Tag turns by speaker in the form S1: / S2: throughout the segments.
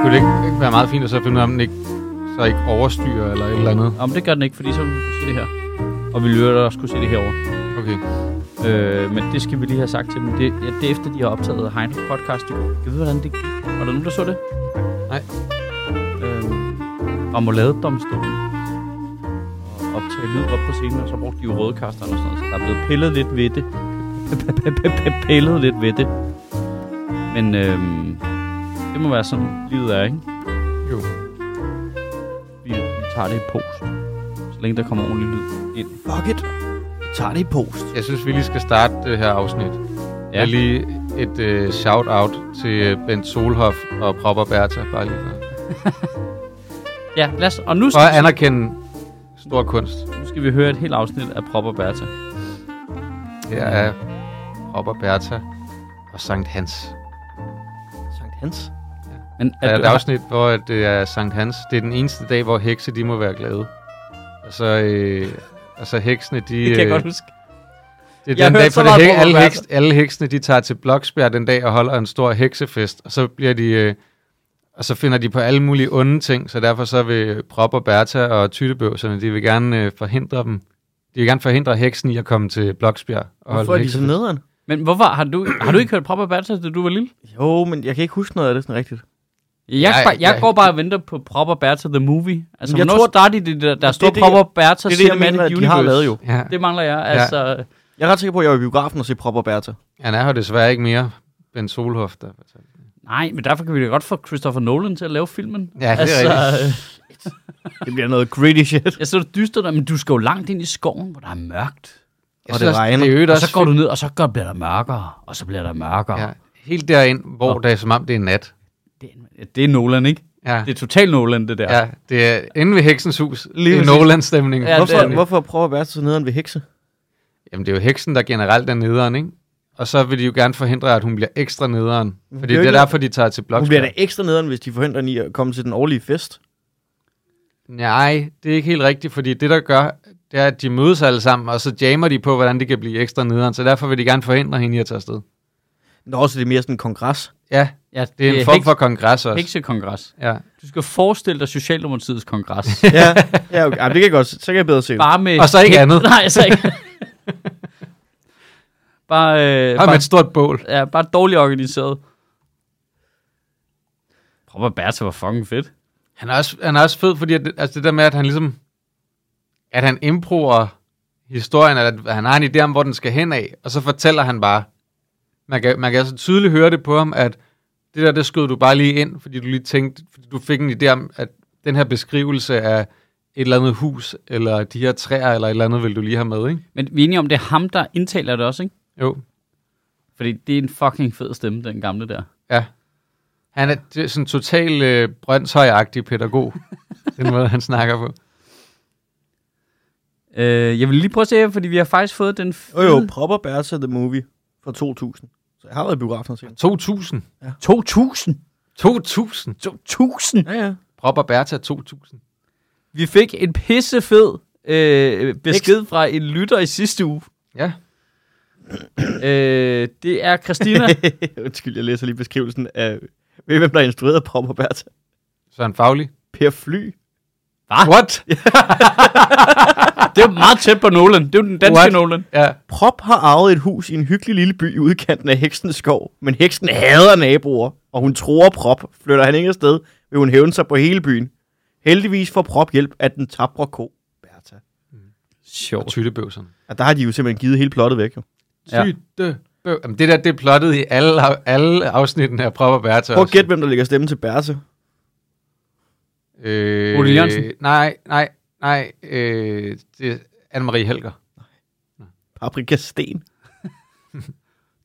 S1: Kunne det ikke- ikke være meget fint at så finde ud af, om den ikke, så ikke overstyrer eller et eller andet?
S2: Om det gør den ikke, fordi så vil vi kunne se det her. Og vi vil også kunne se det herover.
S1: Okay.
S2: Øh, men det skal vi lige have sagt til dem. Det, ja, det er efter, de har optaget Heinz podcast. Jeg ved, hvordan det gik. Var der nogen, der så det?
S1: Nej.
S2: Øh, og må lave domstolen. Og optage lyd op på scenen, og så brugte de jo rødkasteren og sådan noget. Så der er blevet pillet lidt ved det. pillet lidt ved det. Men øh, det må være sådan, livet er, ikke?
S1: Jo.
S2: Vi, vi tager det i post. Så længe der kommer ordentlig lyd ind.
S3: Fuck it. Vi tager det i post.
S1: Jeg synes, vi lige skal starte det her afsnit. Ja.
S2: Ja.
S1: Jeg lige et øh, shout-out til øh, Bent Solhoff og Propper Bertha. Bare lige for-
S2: Ja, lad os. Og nu
S1: for
S2: skal,
S1: at anerkende stor kunst.
S2: nu skal vi høre et helt afsnit af Prop og Bertha.
S1: Her er Propper Bertha og Sankt Hans.
S3: Sankt Hans.
S2: Men
S1: Der er
S2: du-
S1: et afsnit, hvor at det er Sankt Hans. Det er den eneste dag, hvor hekse de må være glade. Og så, øh, og så heksene, de...
S2: Det kan jeg
S1: øh,
S2: godt huske.
S1: Det er
S2: Jeg
S1: jeg
S2: har
S1: den
S2: hørt
S1: dag,
S2: så
S1: for det
S2: meget
S1: hæk,
S2: om
S1: alle,
S2: Robert.
S1: heks, alle heksene, de tager til Bloksbjerg den dag og holder en stor heksefest, og så bliver de... Øh, og så finder de på alle mulige onde ting, så derfor så vil Prop og Bertha og Tyttebøvserne, de vil gerne øh, forhindre dem. De vil gerne forhindre heksen i at komme til Bloksbjerg og
S3: Hvorfor er
S1: holde
S3: de så
S1: heksefest.
S3: nederen?
S2: Men hvorfor har du, har du ikke hørt Prop og Bertha, da du var lille?
S3: Jo, men jeg kan ikke huske noget af det sådan rigtigt.
S2: Jeg, jeg, jeg,
S1: jeg-
S2: går bare og venter på Prop og Bertha the movie. Altså,
S3: Jeg
S2: jeg hvornår
S3: tror-
S2: starter de det der, der
S3: det
S2: står
S3: er det,
S2: Prop
S3: jeg-
S2: og Bertha
S3: det er det, jeg mener,
S2: Cinematic
S3: de
S2: Universe?
S3: har lavet jo.
S1: Ja,
S2: Det mangler jeg, altså.
S3: Jeg er ret sikker på, at jeg var i biografen og se Prop og Bertha.
S1: han er jo desværre ikke mere Ben Solhoff, der fortalte.
S2: Nej, men derfor kan vi da godt få Christopher Nolan til at lave filmen.
S1: Ja, det er
S2: altså, rigtigt.
S3: Det bliver noget gritty shit.
S2: Jeg så det dystert, men du skal jo langt ind i skoven, hvor der er mørkt.
S1: Jeg
S3: Og
S1: synes
S3: det
S1: også,
S3: regner.
S1: Det er i øvrigt
S2: Og
S1: også
S2: så går du ned, og så gør, bliver der mørkere, og så bliver der mørkere.
S1: Ja, helt derind, hvor det er som om, det er nat.
S2: Det, er- det er Nolan, ikke?
S1: Ja,
S2: Det er totalt Nolan, det der.
S1: ja det er inde ved heksens hus. Lige
S3: præcis.
S1: Nolan-stemning.
S2: Ja, det er
S3: Hvorfor,
S2: det.
S3: hvorfor prøver Bertha så nederen ved hekse?
S1: Jamen, det er jo heksen, der generelt er nederen, ikke? Og så vil de jo gerne forhindre, at hun bliver ekstra nederen. Fordi
S3: bliver
S1: det er
S3: ikke-
S1: derfor, de tager til
S3: Hun bliver da
S1: Bloksberg.
S3: ekstra nederen, hvis de forhindrer hende i at komme til den årlige fest.
S1: Nej, det er ikke helt rigtigt, fordi det, der gør, det er, at de mødes alle sammen, og så jammer de på, hvordan det kan blive ekstra nederen. Så derfor vil de gerne forhindre hende i at tage afsted.
S3: Nå, så det er mere sådan en kongres.
S1: Ja,
S2: ja
S1: det er en form for kongres også.
S2: heksekongres.
S1: Ja.
S2: Du skal forestille dig Socialdemokratiets kongres.
S3: ja, ja okay. Jamen, det kan jeg godt se. Så kan jeg bedre se det.
S2: Bare med...
S1: Og så ikke andet.
S2: Nej, så ikke. bare, øh,
S1: Har med
S2: bare,
S1: et stort bål.
S2: ja, bare dårligt organiseret. Prøv at Bertha var fucking fedt.
S1: Han er også, han er også fed, fordi at, det- altså det der med, at han ligesom... At han improver historien, eller at han har en idé om, hvor den skal hen af, og så fortæller han bare. Man kan, man kan altså tydeligt høre det på ham, at det der, det skød du bare lige ind, fordi du lige tænkte, fordi du fik en idé om, at den her beskrivelse af et eller andet hus, eller de her træer, eller et eller andet, vil du lige have med, ikke?
S2: Men vi er enige om, det er ham, der indtaler det også, ikke?
S1: Jo.
S2: Fordi det er en fucking fed stemme, den gamle der.
S1: Ja. Han er det er sådan en total øh, brøndshøjagtig pædagog, den måde, han snakker på.
S2: Øh, jeg vil lige prøve at se her, fordi vi har faktisk fået den
S3: Jo,
S2: fede...
S3: jo, Prop og Bertha The Movie fra 2000. Så jeg har været i biografen og set den.
S1: 2000.
S2: 2000!
S1: 2000.
S2: 2000!
S3: Ja, ja.
S1: Prop og Bertha 2000.
S2: Vi fik en pissefed øh, besked fra en lytter i sidste uge.
S1: Ja.
S2: Øh, det er Christina.
S3: Undskyld, jeg læser lige beskrivelsen af... Ved I, hvem der instruerede Prop og Bertha?
S1: Søren Fagli.
S3: Per Fly. Ah.
S1: What?
S2: det er jo meget tæt på Nolan. Det er jo den danske
S1: What?
S2: Nolan.
S1: Ja.
S3: Prop har arvet et hus i en hyggelig lille by i udkanten af Heksens skov, men heksen hader naboer, og hun tror Prop. Flytter han ikke afsted, vil hun hævne sig på hele byen. Heldigvis får Prop hjælp af den tabre ko, Bertha.
S1: Og
S2: Sjovt.
S1: tyttebøvserne.
S3: Og der har de jo simpelthen givet hele plottet væk, jo.
S2: Ja.
S1: Tyttebøv. Jamen, det der, det er plottet i alle, af- alle afsnittene af Prop og Bertha.
S3: Prøv at
S1: også.
S3: gætte, hvem der lægger stemme til Bertha.
S1: Øh,
S2: Bodil Jørgensen.
S1: Nej, nej, nej. Øh, det er Anne-Marie Helger.
S3: Paprika Sten.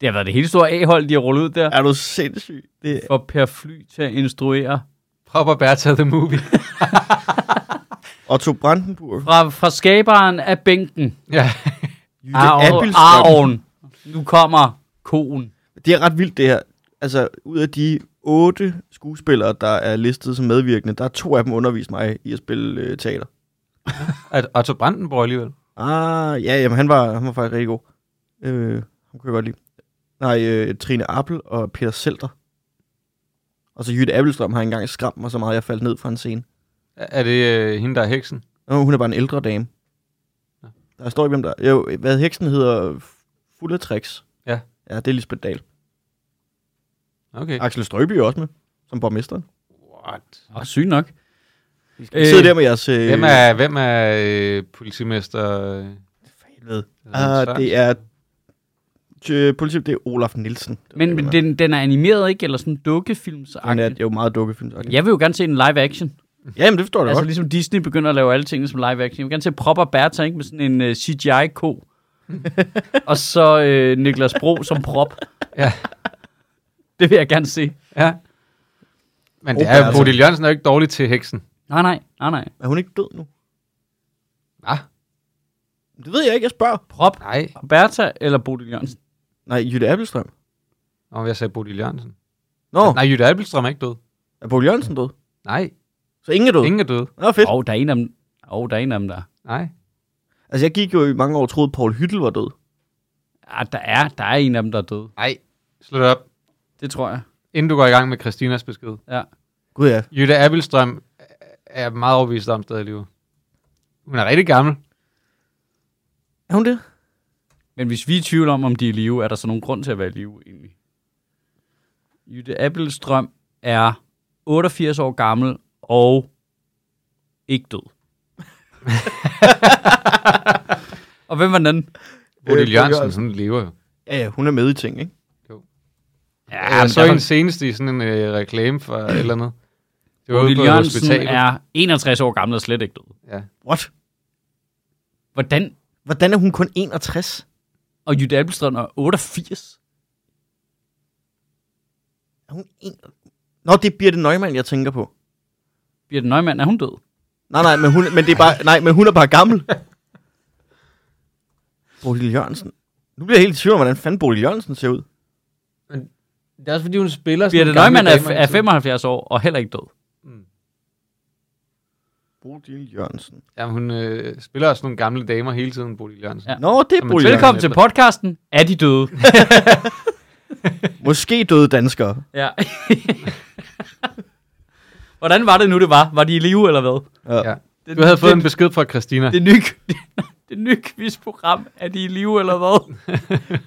S2: Det har været det hele store A-hold, de har rullet ud der.
S3: Er du sindssyg? Det,
S2: For Per Fly til at instruere.
S1: Prop og Bertha The Movie.
S3: Otto Brandenburg.
S2: Fra, fra skaberen af bænken.
S1: ja.
S3: Abildstrøm.
S2: Arven. Nu kommer koen.
S3: Det er ret vildt, det her. Altså, ud af de otte skuespillere, der er listet som medvirkende, der er to af dem undervist mig i at spille øh, teater.
S1: At Otto Brandenborg alligevel.
S3: Ah, ja, jamen, han var, han var faktisk rigtig god. Øh, ham kunne jeg godt lide. Nej, øh, Trine Appel og Peter Selter. Og så Jytte Appelstrøm har engang skræmt mig så meget, at jeg faldt ned fra en scene.
S1: Er er det øh, hende, der er heksen?
S3: Nå, hun er bare en ældre dame.
S1: Nå.
S3: Der står ikke, hvem der... Jo, hvad heksen hedder... F- Fuld af tricks.
S1: Ja.
S3: Ja, det er Lisbeth Dahl.
S1: Okay.
S3: Axel Strøby er også med, som borgmesteren.
S1: What?
S2: Og syg nok.
S3: Øh, Sidder der med jeres... Øh,
S1: Hvem er, hvem er øh, politimester? øh,
S3: Helvede.
S1: Sørensen?
S3: Uh, det er... Tjø, politi, det er Olaf Nielsen. Øh,
S2: Men, men den, den er animeret, ikke? Eller sådan dukkefilms
S3: Han er jo meget dukkefilm. Okay.
S2: Jeg vil jo gerne se en live action.
S3: Ja, jamen, det forstår jeg
S2: Altså
S3: altså, godt.
S2: ligesom Disney begynder at lave alle tingene som live action. Jeg vil gerne se Propper Bertha, ikke? Med sådan en uh, CGI-ko. og så øh, Niklas Bro som prop.
S1: Ja.
S2: Det vil jeg gerne se.
S1: Ja. Men det
S3: Robert,
S1: er jo,
S3: altså.
S1: Bodil Jørgensen er jo ikke dårlig til heksen.
S2: Nej, nej, nej, nej.
S3: Er hun ikke død nu?
S1: Hva?
S3: Det ved jeg ikke, jeg spørger.
S2: Prop,
S1: Nej.
S2: Bertha eller Bodil Jørgensen?
S3: Nej, Jytte Appelstrøm.
S1: Nå, jeg sagde Bodil Jørgensen.
S3: Nå,
S1: Nej, Jytte Abelstrøm er ikke død.
S3: er Poul Jørgensen død?
S1: Nej,
S3: Så ingen er død?
S1: ingen er død.
S3: Nå, fedt.
S2: Åh, oh, der er en af dem. Åh, oh, der er en af dem, der.
S1: Nej.
S3: Altså, jeg gik jo i mange år og troede, at Poul Hyttel var død.
S2: Ah, der er, der er en af dem, der er død.
S1: Nej. Slut op.
S2: Det tror jeg.
S1: Inden du går i gang med Christinas besked.
S2: Ja.
S3: Gud ja.
S1: Jytte Abelstrøm er jeg meget overbevist om stadig i live. Hun er rigtig gammel.
S3: Er hun det?
S2: Men hvis vi er i tvivl om, om de er i live, er der så nogen grund til at være i live egentlig? Jytte Appelstrøm er 88 år gammel og ikke død. og hvem var den anden?
S1: Bodil
S3: Bodil
S1: Jørgensen,
S3: Jørgensen.
S1: sådan lever jo.
S3: Ja, ja, hun er med i ting, ikke?
S2: Øh,
S1: Ja, jeg så hende senest i sådan en øh, reklame for et eller andet. Det var ude
S2: Bodil
S1: på
S2: Jørgensen
S1: hospitalet.
S2: er 61 år gammel og slet ikke død.
S1: Ja.
S3: What?
S2: Hvordan?
S3: Hvordan er hun kun 61?
S2: Og Jytte Appelstrøm er 88?
S3: Er hun en... Nå, det er Birte Neumann, jeg tænker på.
S2: Birte Neumann, er hun død?
S3: Nej, nej, men hun, men det er bare, nej, men hun er bare gammel. Bodil Jørgensen. Nu bliver jeg helt i tvivl om, hvordan fanden Bodil Jørgensen ser ud.
S1: Det er også fordi, hun spiller sådan
S2: Birte Neumann er, er
S1: altså.
S2: 75 år og heller ikke død.
S3: Bodil Jørgensen.
S1: Jamen, hun øh, spiller også nogle gamle damer hele tiden, Bodil Jørgensen.
S2: Ja.
S1: Ja.
S3: Nå, det er
S1: Jamen,
S3: Bodil Jørgensen.
S2: Velkommen til podcasten. Er de døde?
S3: Måske døde danskere.
S2: Ja. Hvordan var det nu, det var? Var de i live eller hvad?
S1: Ja. Du havde fået en besked fra Christina.
S2: Det, det nye, det nye quizprogram. Er de i live eller hvad?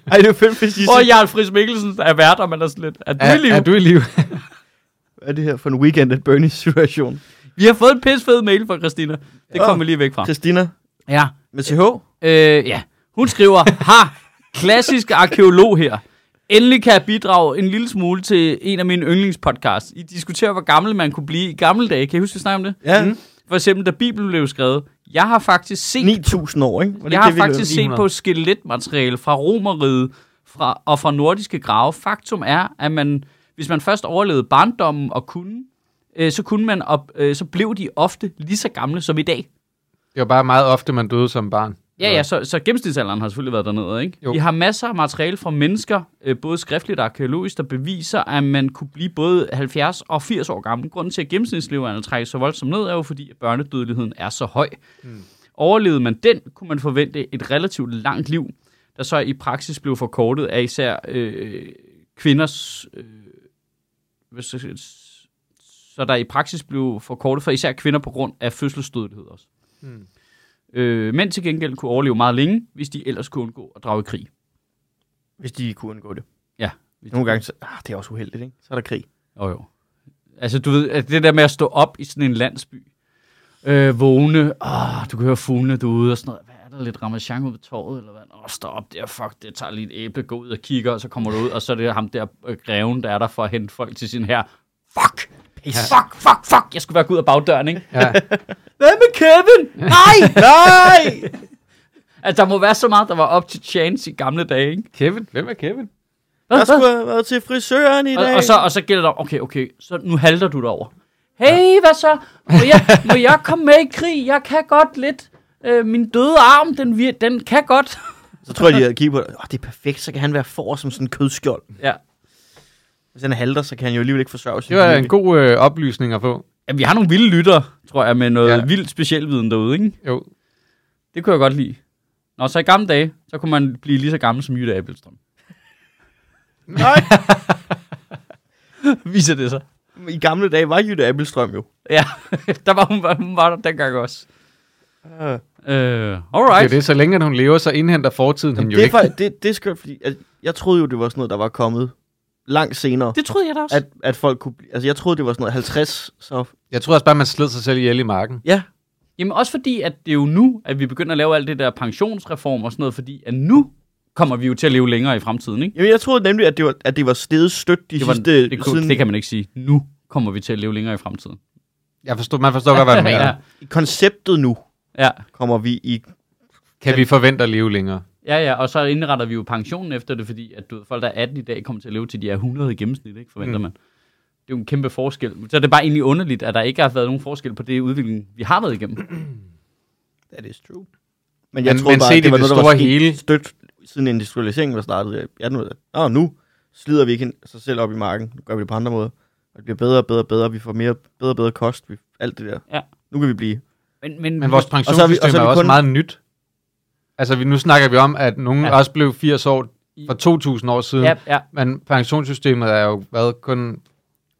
S3: Ej, det er fedt, hvis I
S2: Hvor er Jarl Friis Mikkelsen der er vært, og man er sådan lidt, er du i live?
S1: er, er du i live?
S3: Hvad er det her for en weekend at Bernie situation?
S2: Vi har fået en pissefed mail fra Christina. Det
S3: Åh.
S2: kommer vi lige væk fra.
S3: Christina
S2: Ja.
S3: med CH?
S2: Øh, ja. Hun skriver, har klassisk arkeolog her. Endelig kan jeg bidrage en lille smule til en af mine yndlingspodcasts. I diskuterer, hvor gammel man kunne blive i gamle dage. Kan I huske, vi snakkede om det?
S3: Ja, mm.
S2: For eksempel, da Bibelen blev skrevet. Jeg har faktisk set
S3: 9.000 år, ikke? Var
S2: Jeg har
S3: vi lavede?
S2: faktisk set
S1: 900?
S2: på skeletmateriale fra romeriet fra, og fra nordiske grave. Faktum er, at man, hvis man først overlevede barndommen og kunne, øh, så, kunne man op, øh, så blev de ofte lige så gamle som i dag.
S1: Det var bare meget ofte, man døde som barn.
S2: Ja, ja, så, så gennemsnitsalderen har selvfølgelig været dernede, ikke?
S1: Jo.
S2: Vi har masser af materiale fra mennesker, øh, både skriftligt og arkeologisk, der beviser, at man kunne blive både 70 og 80 år gammel. Grunden til, at gennemsnitslevealderen trækkes så voldsomt ned, er jo fordi, at børnedødeligheden er så høj. Mm. Overlevede man den, kunne man forvente et relativt langt liv, der så i praksis blev forkortet af især øh, kvinders... Øh, hvad skal jeg sige, så der i praksis blev forkortet for især kvinder på grund af fødselsdødelighed også. Øh, mænd til gengæld kunne overleve meget længe, hvis de ellers kunne undgå at drage i krig.
S3: Hvis de kunne undgå det.
S2: Ja.
S3: Nogle gange, så, ah, det er også uheldigt, ikke? Så er der krig.
S2: Jo, jo. Altså, du ved, at det der med at stå op i sådan en landsby, øh, vågne, ah, du kan høre fuglene derude og sådan noget. Hvad er der lidt ramachan ud på torvet, eller hvad? Åh, stå op der, fuck, det tager lige et æble, gå ud og kigger, og så kommer du ud, og så er det ham der øh, greven, der er der for at hente folk til sin her. Fuck! Fuck, fuck, fuck! Jeg skulle være gået ud af bagdøren, ikke?
S1: Ja.
S2: Hvad med Kevin? Nej!
S3: Nej!
S2: altså, der må være så meget, der var op til chance i gamle dage, ikke?
S1: Kevin? Hvem er Kevin?
S3: Jeg skulle have været til frisøren i
S2: Og,
S3: dag.
S2: og, så, og så gælder det om, okay, okay, så nu halter du derover. Hey, hvad så? Må jeg, må jeg komme med i krig? Jeg kan godt lidt. Øh, min døde arm, den, vir- den kan godt.
S3: så tror jeg, de havde kigget på det. Åh, det er perfekt, så kan han være for som sådan en kødskjold.
S2: Ja.
S3: Hvis han halter, så kan han jo alligevel ikke forsørge sig.
S1: Det var en god øh, oplysning at få.
S2: Jamen, vi har nogle vilde lytter, tror jeg, med noget
S1: Ja.
S2: ja. vildt specialviden derude, ikke?
S1: Jo.
S2: Det kunne jeg godt lide. Nå, så i gamle dage, så kunne man blive lige så gammel som Jytte Abelstrøm.
S3: Nej,
S2: Viser det sig.
S3: i gamle dage var Jytte Abelstrøm jo.
S2: Ja, der var hun, hun var der dengang også.
S3: Uh,
S2: Øh,
S1: Det er
S2: alright.
S1: det, så længe at hun lever, så indhenter fortiden hende jo
S3: det, er
S1: ikke.
S3: for, det, det er skørt, fordi altså, jeg troede jo, det var sådan noget, der var kommet langt senere.
S2: det troede jeg da også.
S3: At, at folk kunne blive, altså jeg troede, det var sådan noget 50, så
S1: Jeg tror også bare, man sled sig selv ihjel i marken.
S3: ja,
S2: Jamen også fordi, at det er jo nu, at vi begynder at lave alt det der pensionsreform og sådan noget, fordi at nu kommer vi jo til at leve længere i fremtiden, ikke?
S3: Jamen, jeg troede nemlig, at det var, at det var steget stødt de
S2: Det, var,
S3: sidste...
S2: det, det, kunne,
S3: siden
S2: det kan man ikke sige. Nu kommer vi til at leve længere i fremtiden.
S1: Jeg forstår, man forstår godt, hvad du mener.
S2: ja,
S3: Konceptet nu
S2: ja,
S3: kommer vi i...
S1: Kan vi forvente at leve længere?
S2: ja, ja, og så indretter vi jo pensionen efter det, fordi at du ved, folk, der er 18 i dag, kommer til at leve til de er 100 i gennemsnit, ikke? Forventer
S1: Mm.
S2: mm. man. Det er jo en kæmpe forskel. Så er det bare egentlig underligt, at der ikke har været nogen forskel på det udvikling, vi har været igennem.
S3: That is true. Men jeg
S1: Men-
S3: troede
S1: men
S3: bare,
S1: set
S3: at
S1: i
S3: det var
S1: det
S3: noget, der
S1: store
S3: var
S1: hele-
S3: hele... stødt siden industrialiseringen var startet. Jeg nu, Nå, nu slider vi ikke en- sig selv op i marken. Nu gør vi det på andre måder. Og det bliver bedre og bedre og bedre. Vi får mere bedre og bedre kost. Vi, alt det der.
S2: Ja.
S3: Nu kan vi blive...
S2: Men, men,
S1: Men vores
S3: og så er vi
S1: pensionssystem er, er
S3: kun-
S1: også meget nyt. Altså, vi, nu snakker vi om, at nogen
S2: Ja.
S1: ja. også blev 80 år for 2.000 år siden.
S2: ja, ja,
S1: Men pensionssystemet er jo været kun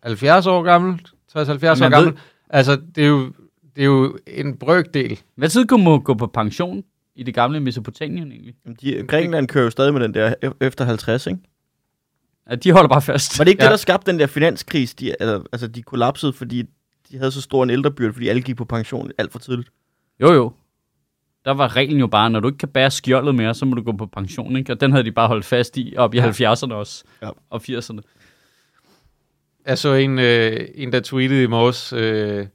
S1: 70 år gammelt, 60-70 år
S2: ved-
S1: gammelt. Altså, det er jo, det er jo en brøkdel.
S2: Hvad tid kunne man gå på pension i det gamle Mesopotamien egentlig?
S3: Jamen, De, Grækenland kører jo stadig med den der e- efter 50, ikke?
S2: Ja, de holder bare fast.
S3: Var det ikke ja.
S1: Ja.
S3: det, der skabte den der finanskris? De, eller, altså, de kollapsede, fordi de havde så stor en ældrebyrde, fordi alle gik på pension alt for tidligt.
S2: Jo, jo. Der var reglen jo bare, når du ikke kan bære skjoldet mere, så må du gå på pension, ikke? Og den havde de bare holdt fast i op i ja. 70'erne også.
S3: Ja.
S2: Og 80'erne.
S1: Jeg så en, øh, en der tweetede i morges øh,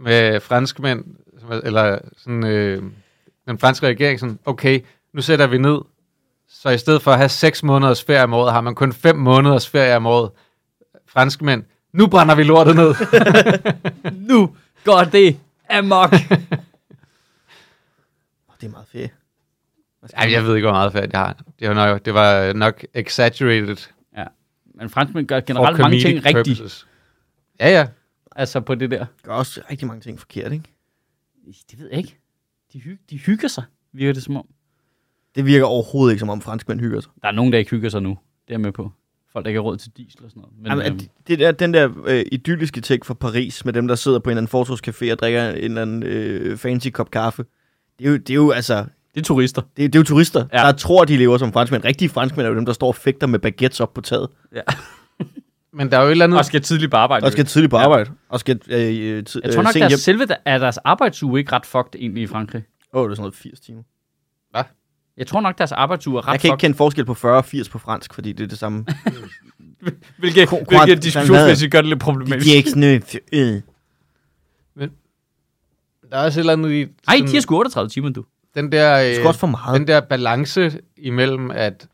S1: med franskmænd, som er- eller sådan, øh, den franske regering, sådan, okay, nu sætter vi ned, så i stedet for at have 6 måneders ferie om året, har man kun 5 måneders ferie om året. Franskmænd, nu brænder vi lortet ned.
S2: Nu går det amok!
S3: Åh, Det er meget fedt.
S1: Ej, jeg ved ikke, hvor meget ferie jeg har. Det var nok, det var nok exaggerated for
S2: Men franskmænd gør generelt mange
S1: comedic
S2: ting rigtigt.
S1: purposes. Ja, ja.
S2: Altså på det der.
S3: gør også rigtig mange ting forkert, ikke?
S2: Det ved jeg ikke. De, hy- de hygger sig, virker det som om.
S3: Det virker overhovedet ikke, som om franskmænd hygger sig.
S2: Der er nogen, der ikke hygger sig nu. Det er jeg med på. Folk, der ikke har råd til diesel og sådan noget. Men,
S3: Jamen,
S2: øhm,
S3: at det der, den der øh, idylliske ting fra Paris, med dem, der sidder på en eller anden fortorvscafé og drikker en eller anden øh, fancy kop kaffe, det er jo, det er jo altså,
S2: det er turister.
S3: det er, det er jo turister,
S2: Ja.
S3: ja. der tror, de lever som franskmænd. Rigtige franskmænd er jo dem, der står og fægter med baguettes op på taget,
S1: Men der er jo et eller andet...
S2: Og skal tidligt på arbejde.
S3: og skal tidligt på arbejde, og skal øh, øh, tid,
S2: Jeg tror nok,
S3: sent
S2: deres,
S3: hjem.
S2: selve der, er deres arbejdsuge ikke ret fucked egentlig i Frankrig.
S3: Åh, oh, det er sådan noget 80 timer.
S2: Jeg tror nok, deres arbejdsuge er ret
S3: Jeg kan ikke
S2: fucked.
S3: kende forskel på 40 og 80 på fransk, fordi det er det samme.
S2: Hvilket,
S3: Ko- hvilket korrekt- diskussionsmæssigt
S2: gør det lidt
S3: de er ikke sådan øh,
S1: Der er også et eller andet i...
S2: Nej,
S1: sådan-
S2: de har sgu 38 timer, du.
S1: den der,
S3: Det er sgu
S1: øh,
S3: også for meget.
S1: den der balance imellem, at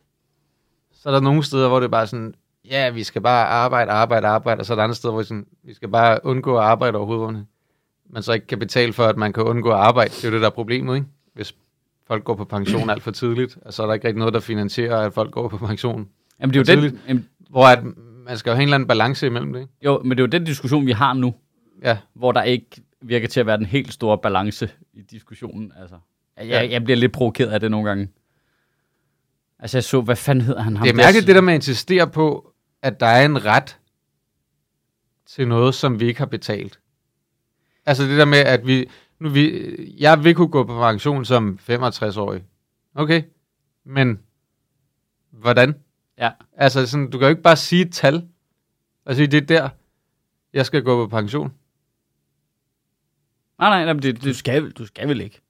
S1: så er der nogle steder, hvor det er bare sådan, ja, vi skal bare arbejde, arbejde, arbejde, og så er der andre steder, hvor vi, sådan, vi skal bare undgå at arbejde overhovedet. Man så ikke kan betale for, at man kan undgå at arbejde. Det er jo det, der er problemet, ikke? Hvis folk går på pension alt for tidligt, og så er der ikke rigtig noget, der finansierer, at folk går på pension.
S2: Jamen, det er jo den, jamen,
S1: Hvor at man skal jo have en eller anden balance imellem det, ikke?
S2: jo, men det er jo den diskussion, vi har nu,
S1: Ja.
S2: hvor der ikke virker til at være den helt store balance i diskussionen. Altså, jeg,
S1: Ja.
S2: jeg, jeg bliver lidt provokeret af det nogle gange. Altså, jeg så, hvad fanden hedder han? Ham
S1: Det er mærkeligt, det der med at insistere på, at der er en ret til noget, som vi ikke har betalt. Altså det der med, at vi, nu vi, jeg vil kunne gå på pension som 65-årig. Okay, men hvordan?
S2: Ja.
S1: Altså sådan, du kan jo ikke bare sige et tal, og sige, det er der, jeg skal gå på pension.
S2: Nej, nej, nej, men det,
S3: Du
S2: det,
S3: skal, du skal vel ikke?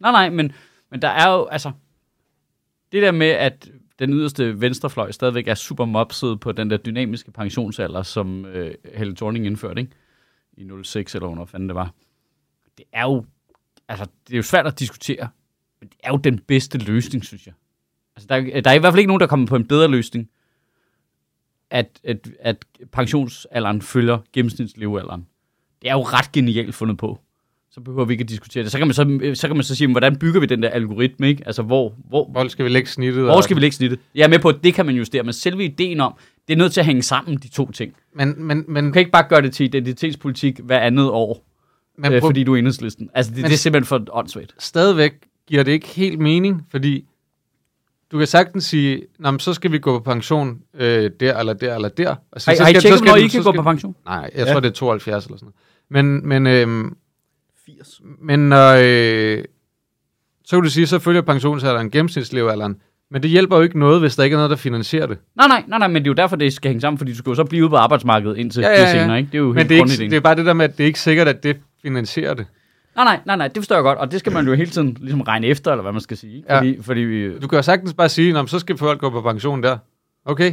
S2: nej, nej men, men der er jo, altså... Det der med, at den yderste venstrefløj stadigvæk er super mopset på den der dynamiske pensionsalder, som øh, Helle Thorning indførte, ikke? I 06 eller hvornår fanden det var. Det er jo, altså, det er jo svært at diskutere, men det er jo den bedste løsning, synes jeg. Altså, der, er- der er i hvert fald ikke nogen, der kommer på en bedre løsning, at, at, at pensionsalderen følger gennemsnitslevealderen. Det er jo ret genialt fundet på. Så behøver vi ikke at diskutere det. Så kan man så, så, kan man så sige, men hvordan bygger vi den der algoritme, ikke? Altså, hvor, hvor,
S1: Hvor skal vi lægge snittet?
S2: hvor
S1: og-
S2: skal vi lægge snittet? Jeg er med på, at det kan man justere, men selve ideen om, det er nødt til at hænge sammen, de to ting.
S1: Men, men, men,
S2: Du kan ikke bare gøre det til identitetspolitik hver andet år,
S1: men
S2: øh,
S1: pro-
S2: fordi du er enhedslisten. Altså, det,
S1: Men-
S2: det er simpelthen for åndssvagt.
S1: stadigvæk giver det ikke helt mening, fordi du kan sagtens sige, Nå, men så skal vi gå på pension øh, der, eller der, eller der. Og så,
S2: Har,
S1: så
S2: har I
S1: skal- så
S2: tjekket,
S1: skal
S2: når
S1: den-
S2: I
S1: så
S2: kan gå
S1: skal-
S2: på pension?
S1: Nej, jeg
S3: Ja.
S1: ja. tror, det er 72 eller sådan noget. Men, men, øhm,
S3: 80.
S1: men øh, så kan du sige, så følger pensionsalderen gennemsnitslevealderen. Men det hjælper jo ikke noget, hvis der ikke er noget, der finansierer det.
S2: Nej, nej, nej, nej, men det er jo derfor, det skal hænge sammen, fordi du skal jo så blive ude på arbejdsmarkedet indtil ja, ja, ja. det er senere, ikke? Det er jo
S1: Men
S2: helt
S1: det er, ikke,
S2: grundideen.
S1: det er bare det der med, at det er ikke sikkert, at det finansierer det.
S2: Nej, nej, nej, nej, det forstår jeg godt, og det skal man jo hele tiden ligesom regne efter, eller hvad man skal sige. Ja.
S1: Ja.
S2: Fordi, fordi vi,
S1: Du kan jo sagtens bare sige, Nå, men så skal folk gå på pension der. Okay.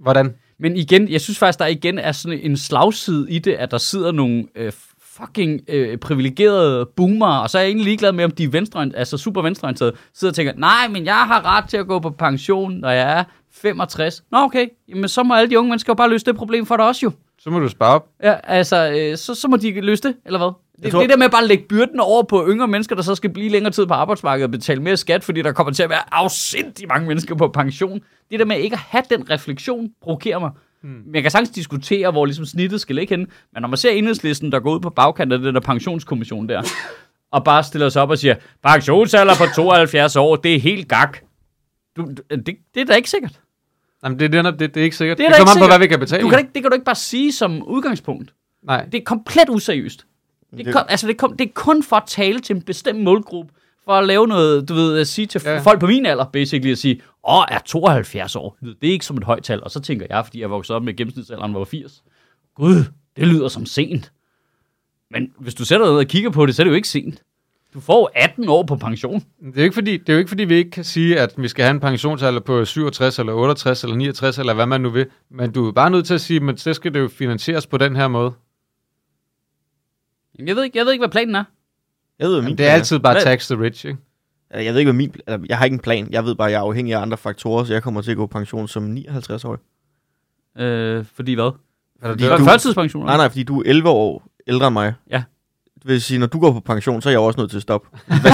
S1: Hvordan?
S2: Men igen, jeg synes faktisk, der igen er sådan en slagside i det, at der sidder nogle øh, fucking øh, privilegerede boomer, og så er jeg egentlig ligeglad med, om de er venstre, altså super venstreorienterede, sidder og tænker, nej, men jeg har ret til at gå på pension, når jeg er 65. Nå okay, Jamen, så må alle de unge mennesker jo bare løse det problem for dig også jo.
S1: Så må du spare op.
S2: Ja, altså, øh, så, så må de løse det, eller hvad? Det,
S3: Jeg tror-
S2: det der med bare at lægge byrden over på yngre mennesker, der så skal blive længere tid på arbejdsmarkedet og betale mere skat, fordi der kommer til at være afsindig mange mennesker på pension. Det der med ikke at have den refleksion, provokerer mig. Hmm. Men jeg kan sagtens diskutere, hvor ligesom snittet skal ligge henne. Men når man ser enhedslisten, der går ud på bagkant af den der pensionskommission der, og bare stiller sig op og siger, pensionsalder på 72 år, det er helt gak. Du, du- det, det er da ikke sikkert.
S1: Jamen, det er, netop det, det er ikke sikkert. Det,
S2: Det er
S1: er det
S2: da
S1: kommer
S2: ikke
S1: an på, hvad vi
S2: sikkert.
S1: kan betale.
S2: Du kan da ikke, det kan du ikke bare sige som udgangspunkt.
S1: Nej.
S2: Det er komplet useriøst. Det,
S3: Det-
S2: kom, altså det, kom, det er kun for at tale til en bestemt målgruppe, for at lave noget, du ved, at sige til ja.
S1: Ja.
S2: folk på min alder, basically, at sige, åh, er 72 år, lyder det er ikke som et højt tal. Og så tænker jeg, fordi jeg voksede op med gennemsnitsalderen var 80, gud, det lyder som sent. Men hvis du sætter dig ned og kigger på det, så er det jo ikke sent. Du får jo 18 år på pension.
S1: Det er, jo ikke fordi, det er jo ikke fordi, vi ikke kan sige, at vi skal have en pensionsalder på 67 eller 68 eller 69 eller hvad man nu vil. Men du er bare nødt til at sige, at det skal det jo finansieres på den her måde.
S2: Jamen, Jeg ved ikke, jeg ved ikke hvad planen er.
S3: Jeg ved, hvad min
S1: Jamen, det er
S3: plan
S1: altid bare
S2: Hvad-
S1: tax the rich, ikke?
S3: Eller, Jeg ved ikke, hvad min... pla- Eller, jeg har ikke en plan. Jeg ved bare, at jeg er afhængig af andre faktorer, så jeg kommer til at gå på pension som 59-årig.
S2: Øh, fordi hvad?
S1: Eller
S3: Fordi
S1: det,
S3: du-
S2: Før- Førtidspensioner?
S3: Nej, nej, fordi du er 11 år ældre end mig.
S2: Ja.
S3: Det vil sige, når du går på pension, så er jeg også nødt til at stoppe. så, altså,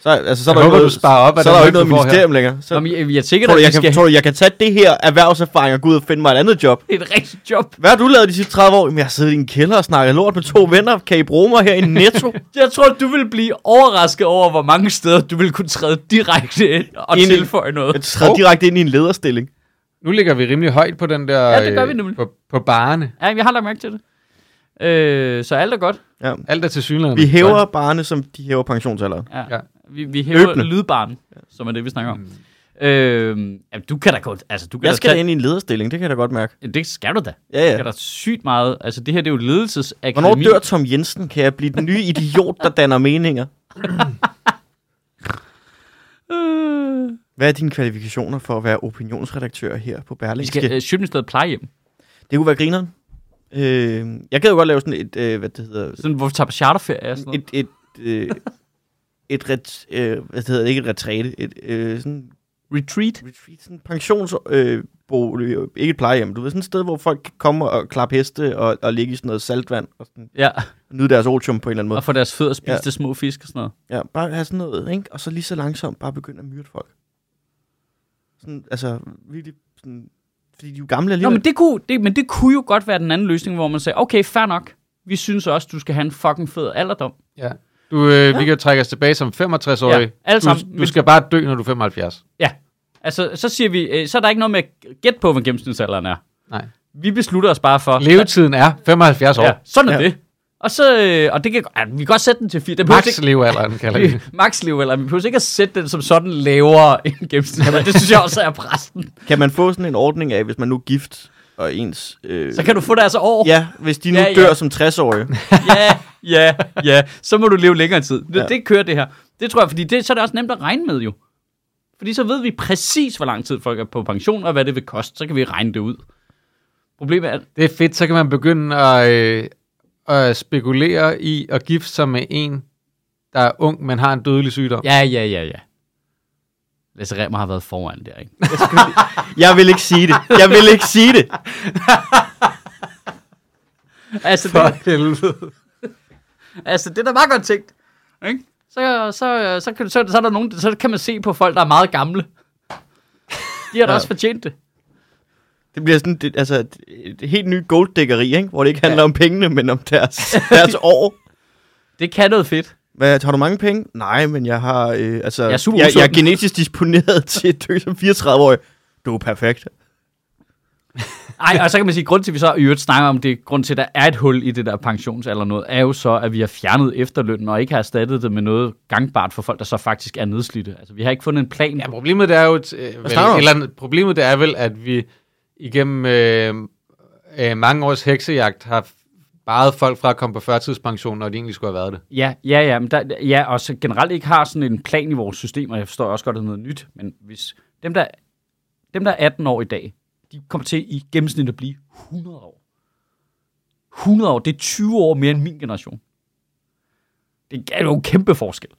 S3: så er
S1: Jeg
S3: der
S1: håber,
S3: ikke noget,
S1: du sparer op af
S3: så er der
S1: den
S3: jo ikke
S1: løn, du
S3: noget
S1: får her.
S3: ministerium længere. Så,
S2: Nå, men jeg, jeg tænker,
S3: tror,
S2: at
S3: du,
S2: vi
S3: jeg
S2: skal
S3: kan,
S2: have
S3: tror du, jeg kan tage det her erhvervserfaring og gå ud og finde mig et andet job?
S2: et rigtigt job.
S3: Hvad har du lavet de sidste 30 år? Jamen, jeg har siddet i en kælder og snakket lort med to venner. Kan I bruge mig her i Netto?
S2: Jeg tror, du vil blive overrasket over, hvor mange steder du vil kunne træde direkte ind og
S3: Ind i-
S2: tilføje
S3: Jeg
S2: noget.
S3: træder
S1: Hov.
S3: direkte ind i en lederstilling.
S1: nu ligger vi rimelig højt på den der...
S2: Ja, det gør vi
S1: øh,
S2: nemlig.
S1: På, på barne.
S2: Ja, jeg har lagt mærke til det. Øh, så alt er godt.
S3: Ja.
S1: Alt er til synligheden.
S3: Vi hæver barne, som de hæver pensionsalderen.
S2: Ja. ja.
S1: Ja.
S2: Vi, vi hæver
S3: Løbende.
S2: lydbarn, som er det, vi snakker om. Mm. Øh, jamen, du kan da godt... Altså, du kan
S3: Jeg
S2: da
S3: skal da
S2: tage,
S3: ind i en lederstilling, det kan jeg da godt mærke.
S2: Det skal du da.
S3: Ja,
S2: Det
S3: ja.
S2: er da sygt meget. Altså, det her det er jo ledelsesakademi.
S3: Hvornår dør Tom Jensen? Kan jeg blive den nye idiot, der danner meninger?
S2: Øh,
S3: Hvad er dine kvalifikationer for at være opinionsredaktør her på
S2: vi
S3: Berlingske?
S2: skal øh, Sjøbenstedet plejehjem.
S3: Det kunne være grineren. Øh, jeg gad jo godt lave sådan et, øh, hvad det hedder,
S2: Sådan, hvor vi tager på charterferie og sådan noget.
S3: et, et, øh, et ret, øh, hvad det hedder, det, ikke et retræte, et øh, sådan
S2: Retreat.
S3: retreat, sådan en pensions, øh, bolig, ikke et plejehjem, du ved, sådan et sted, hvor folk kan komme og klappe heste og, og ligge i sådan noget saltvand og sådan,
S2: Ja,
S3: nyde deres otium på en eller anden måde.
S2: og få deres fødder spist
S3: Ja.
S2: ja. af små fisk og sådan noget.
S3: Ja, bare have sådan noget, ikke? Og så lige så langsomt bare begynde at myrde folk. Sådan, altså, virkelig sådan... Fordi de er jo gamle
S2: Nå,
S3: alligevel.
S2: men det, kunne, det, men det kunne jo godt være den anden løsning, hvor man sagde, okay, fair nok. Vi synes også, du skal have en fucking fed alderdom.
S1: Ja. Du, øh, ja. Vi kan trække os tilbage som 65-årig.
S2: Ja, alle sammen.
S1: Du,
S2: Men-
S1: du skal bare dø, når du er 75.
S2: Ja, altså, så siger vi, øh, så er der ikke noget med at gætte på, hvad gennemsnitsalderen er.
S1: Nej.
S2: Vi beslutter os bare for...
S1: Levetiden er 75 år.
S2: ja,
S1: Ja.
S2: sådan er
S3: Ja.
S2: det. Og så, øh, og det kan, ja, vi kan godt sætte den til 4. Det behøver
S1: Max levealderen kalder vi
S2: ikke,
S1: det.
S2: max liv, eller vi behøver ikke at sætte den som sådan lavere end gennemsnitsalderen. det synes jeg også er præsten.
S3: Kan man få sådan en ordning af, hvis man nu er gift, og ens... Øh,
S2: Så kan du få det altså over.
S3: Ja, hvis de nu
S2: Ja, ja.
S3: ja, dør ja. som 60-årige.
S2: ja, ja, ja, så må du leve længere tid. Det, ja.
S3: Ja.
S2: det kører det her. Det tror jeg, fordi det, så er det også nemt at regne med jo. Fordi så ved vi præcis, hvor lang tid folk er på pension, og hvad det vil koste. Så kan vi regne det ud. Problemet er,
S1: Det er fedt, så kan man begynde at, øh, at spekulere i at gifte sig med en, der er ung, men har en dødelig sygdom. Ja.
S2: ja, ja, ja, ja. Lasse Remmer har været foran der, ikke?
S3: Jeg vil ikke sige det. Jeg vil ikke sige det.
S2: Altså, det,
S1: For helvede.
S2: altså, det er da meget godt tænkt, ikke? Så, så, så, kan, så, så, er der nogen, så kan man se på folk, der er meget gamle. De har da
S3: Ja.
S2: også fortjent det.
S3: Det bliver sådan det, altså, et, et helt nyt golddækkeri, ikke? Hvor det ikke handler ja. om pengene, men om deres, deres år.
S2: Det kan noget fedt.
S3: Hvad, har du mange penge? Nej, men jeg har... Øh, altså,
S2: Jeg er super
S3: jeg, jeg er
S2: usulten.
S3: genetisk disponeret til at dø som 34-årig. Du er perfekt.
S2: Ej, og så kan man sige, at grunden til, at vi så i øvrigt snakker om det, grund til, at der er et hul i det der pensionsalder noget, er jo så, at vi har fjernet efterlønnen og ikke har erstattet det med noget gangbart for folk, der så faktisk er nedslidte. Altså, vi har ikke fundet en plan.
S1: Ja, problemet det er jo, et, øh, vel,
S3: snakker du om?
S1: et eller andet, problemet det er vel, at vi igennem øh, øh, mange års heksejagt har bare folk fra at komme på førtidspension, når de egentlig skulle have været det.
S2: Ja, ja, ja, men der, ja, og så generelt ikke har sådan en plan i vores system, og jeg forstår også godt, at det er noget nyt, men hvis dem, der, dem, der er 18 år i dag, de kommer til i gennemsnit at blive 100 år. 100 år, det er 20 år mere end min generation. Det er jo en kæmpe forskel.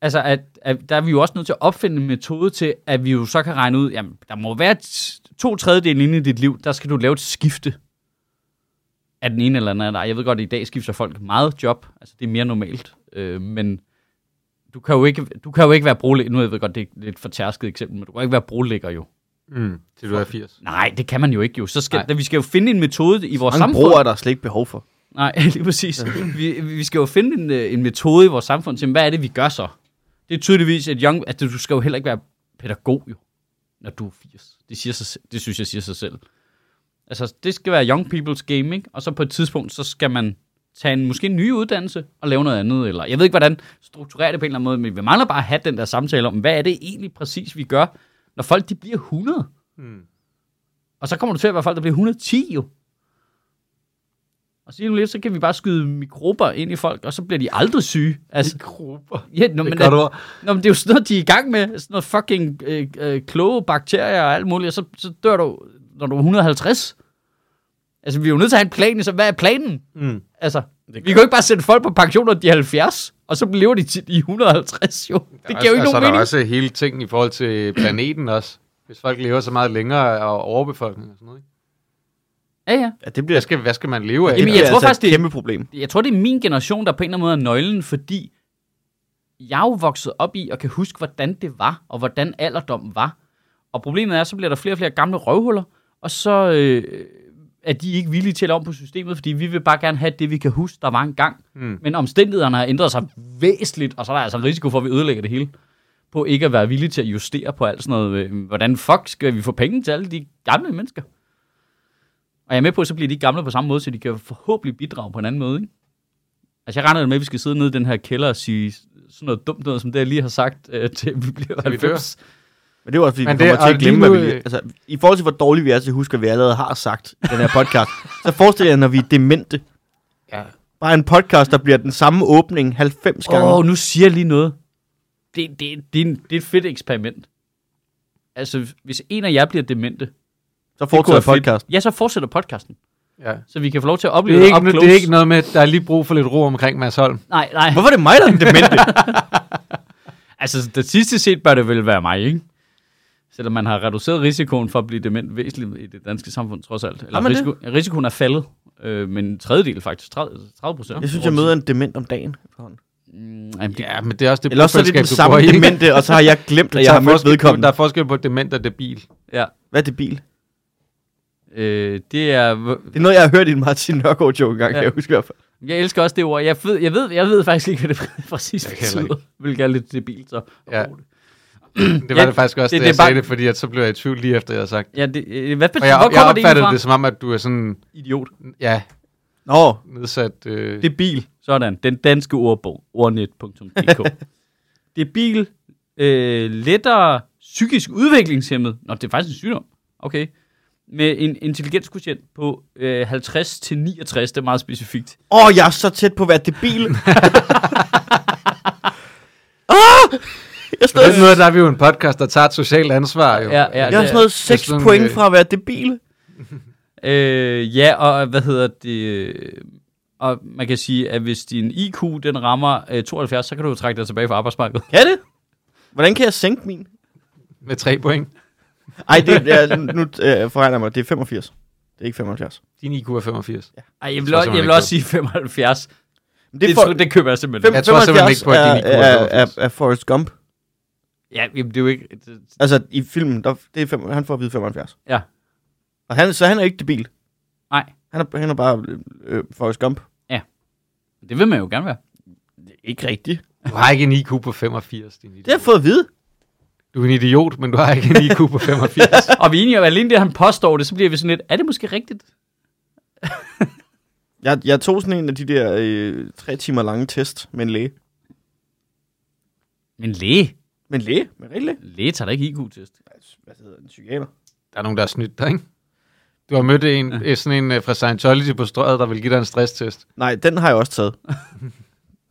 S2: Altså, at, at der er vi jo også nødt til at opfinde en metode til, at vi jo så kan regne ud, jamen, der må være et- to tredjedel inde i dit liv, der skal du lave et skifte af den ene eller anden art. Jeg ved godt, at i dag skifter folk meget job. Altså, det er mere normalt. Øh, men du kan jo ikke, du kan jo ikke være brolægger. Nu ved jeg godt, det er et lidt for tærsket eksempel, men du kan jo ikke være brolægger jo.
S1: Mm. Til du er 80.
S2: Nej, det kan man jo ikke jo. Så skal,
S1: Nej.
S2: da, vi skal jo finde en metode i vores
S3: Mange
S2: samfund.
S3: broer er der slet ikke behov for.
S2: Nej, lige præcis. vi, vi skal jo finde en, øh, en metode i vores samfund til, hvad er det, vi gør så? Det er tydeligvis, at young, at du skal jo heller ikke være pædagog, jo, når du er 80. Det, siger sig, selv- det synes jeg siger sig selv. Altså, det skal være young people's game, ikke? Og så på et tidspunkt, så skal man tage en, måske en ny uddannelse og lave noget andet, eller jeg ved ikke, hvordan strukturere det på en eller anden måde, men vi mangler bare at have den der samtale om, hvad er det egentlig præcis, vi gør, når folk de bliver 100?
S1: Mm.
S2: Og så kommer du til at være folk, der bliver 110 jo. Og så lige nu lidt, så kan vi bare skyde mikrober ind i folk, og så bliver de aldrig syge. Altså,
S1: Grupper.
S2: ja, nå, men,
S1: Det er godt
S2: det,
S1: ord.
S2: nå, men det er jo sådan noget, de er i gang med. Sådan noget fucking øh, øh, kloge bakterier og alt muligt, og så, så dør du, når du er 150. Altså, vi er jo nødt til at have en plan, så hvad er planen?
S1: Mm.
S2: Altså, vi kan jo ikke bare sende folk på pension, når de er 70, og så lever de til de er 150 jo. Det giver jo ikke
S1: altså,
S2: nogen
S1: der er
S2: mening.
S1: også hele ting i forhold til planeten også. Hvis folk lever så meget længere og overbefolkning og sådan noget. Ikke?
S2: Ja, ja.
S3: Ja, det bliver,
S1: Hvad, skal, hvad skal man leve af?
S2: Jamen,
S1: Jamen,
S2: jeg
S1: jeg...
S3: det er
S2: tror
S3: altså
S2: faktisk,
S3: et
S2: det-
S3: kæmpe problem.
S2: jeg tror, det er min generation, der på en eller anden måde er nøglen, fordi jeg er jo vokset op i og kan huske, hvordan det var, og hvordan alderdommen var. Og problemet er, så bliver der flere og flere gamle røvhuller, og så øh, er de ikke villige til at lave om på systemet, fordi vi vil bare gerne have det, vi kan huske, der var engang.
S1: Mm.
S2: Men omstændighederne har ændret sig væsentligt, og så er der altså en risiko for, at vi ødelægger det hele på ikke at være villige til at justere på alt sådan noget. øh, Hvordan fuck skal vi få penge til alle de gamle mennesker? Og jeg er med på, at så bliver de ikke gamle på samme måde, så de kan forhåbentlig bidrage på en anden måde, ikke? Altså, jeg regner jo med, at vi skal sidde nede i den her kælder og sige sådan noget dumt noget, som det, jeg lige har sagt, øh, til vi bliver
S1: Til vi dør.
S2: 90.
S3: Men det er jo også, fordi
S1: Men
S3: vi kommer
S1: det-
S3: til
S1: og
S3: at glemme,
S1: lige
S3: hvad
S1: nu,
S3: vi...
S1: øh,
S3: Altså, I forhold til, hvor dårlige vi er til at huske, hvad vi allerede har sagt i den her podcast, så forestil jer, når vi er demente.
S1: Ja.
S3: Bare en podcast, der bliver den samme åbning 90 gange.
S2: Åh, oh, nu siger jeg lige noget. Det, det, det, er en- det er et fedt eksperiment. Altså, hvis en af jer bliver demente...
S3: så
S2: det kunne
S3: fortsætter
S2: være fedt.
S3: podcasten.
S2: Ja, så fortsætter podcasten.
S1: Ja.
S2: Så vi kan få lov til at opleve
S1: Det, er ikke,
S2: up
S1: det er
S2: close.
S1: ikke noget med, at der er lige brug for lidt ro omkring Mads Holm.
S2: Nej, nej.
S3: Hvorfor er det mig, der er den demente?
S2: Altså, statistisk set bør det vel være mig, ikke? Selvom man har reduceret risikoen for at blive dement væsentligt i det danske samfund, trods alt. Eller
S3: Har man det?
S2: risiko, risikoen er faldet, øh, men en tredjedel faktisk, 30 procent.
S3: jeg synes, jeg møder en dement om dagen.
S2: Mm, jamen, det,
S1: Ja, men det er også det
S3: Eller også så er det den
S1: bofællesskab, du
S3: samme
S1: bor i. ikke?
S3: demente, og så har jeg glemt,
S1: Der
S3: at jeg
S1: er
S3: har mødt
S1: forskel-
S3: vedkommende.
S1: Der er forskel på dement og debil.
S2: ja.
S3: Hvad er det bil?
S2: Øh, det er...
S3: Det er noget, jeg har hørt i en Martin Nørgaard joke engang,
S2: Ja.
S3: ja. jeg husker i hvert fald.
S2: Jeg elsker også det ord. Jeg ved, jeg ved, jeg ved faktisk ikke, hvad det præcis
S1: Jeg kan heller
S2: betyder. Hvilket er lidt debilt, så. at
S1: Ja.
S2: bruge det.
S1: Det var
S2: Ja,
S1: det faktisk også, det,
S2: det- det
S1: da
S2: er
S1: jeg
S2: bare-
S1: sagde det, fordi at så blev jeg i tvivl lige efter, jeg havde sagt.
S2: Ja, det, øh, hvad
S1: Og
S2: betyder,
S1: jeg,
S2: hvor
S1: jeg
S2: kommer det
S1: opfattede
S2: egentlig
S1: det,
S2: fra?
S1: det som om, at du er sådan,
S2: Idiot.
S1: ja,
S3: Nå,
S1: nedsat... Øh,
S2: Det er bil. Sådan. Den danske ordbog. Ordnet.dk. det er bil. Øh, lettere psykisk udviklingshemmet. Nå, det er faktisk en sygdom. Okay. Med en intelligenskotient på øh, 50 til 69. Det er meget specifikt.
S3: åh, jeg er så tæt på at være debil. ah! Jeg
S1: på
S3: er sådan
S1: den måde, der er vi jo en podcast, der tager et socialt ansvar. Jo.
S2: Ja, ja,
S3: Jeg har Altså, sådan noget 6
S1: sådan,
S3: point
S1: øh,
S3: fra at være debil.
S2: Øh, ja, og hvad hedder det? øh, Og man kan sige, at hvis din IQ den rammer øh, 72, så kan du jo trække dig tilbage fra arbejdsmarkedet.
S3: Kan det? Hvordan kan jeg sænke min?
S1: Med tre point.
S3: Ej, det, jeg, nu øh, forregner jeg mig. Det er 85. Det er ikke 75.
S1: Din IQ er 85. Ja.
S2: Ej, jeg vil,
S1: tror
S2: også, jeg
S1: simpelthen
S2: vil
S1: ikke
S2: også sige 75.
S3: Men
S2: Det, det,
S3: for-
S2: tror- det køber jeg simpelthen.
S3: fem-
S2: ikke.
S1: Jeg tror simpelthen ikke på, at din IQ er
S3: er, er,
S1: 85.
S3: er, er Forrest Gump.
S2: Ja, jamen, det er jo ikke... Det,
S3: Altså, i filmen, der, det er fem, han får at vide 75.
S2: Ja.
S3: Og han, så han er ikke debil.
S2: Nej.
S3: Han er, han er bare øh, Forrest Gump.
S2: det vil man jo gerne være.
S3: Ikke rigtigt.
S1: Du har ikke en IQ på 85, din
S3: Det har
S1: idiot.
S3: jeg fået at vide.
S1: Du er en idiot, men du har ikke en IQ på 85.
S2: Og vi er enige om, at alene det, han påstår det, så bliver vi sådan lidt, er det måske rigtigt?
S3: Jeg, jeg tog sådan en af de der øh, tre timer lange test med en læge.
S2: Men læge?
S3: Med en læge? Med en rigtig læge?
S2: Læge tager da ikke IQ-test.
S3: Hvad hedder den? Psykiater?
S1: Der er nogen, der har snydt dig, ikke? Du har mødt en, ja. sådan en øh, fra Scientology på strøget, der vil give dig en stresstest.
S3: Nej, den har jeg også taget.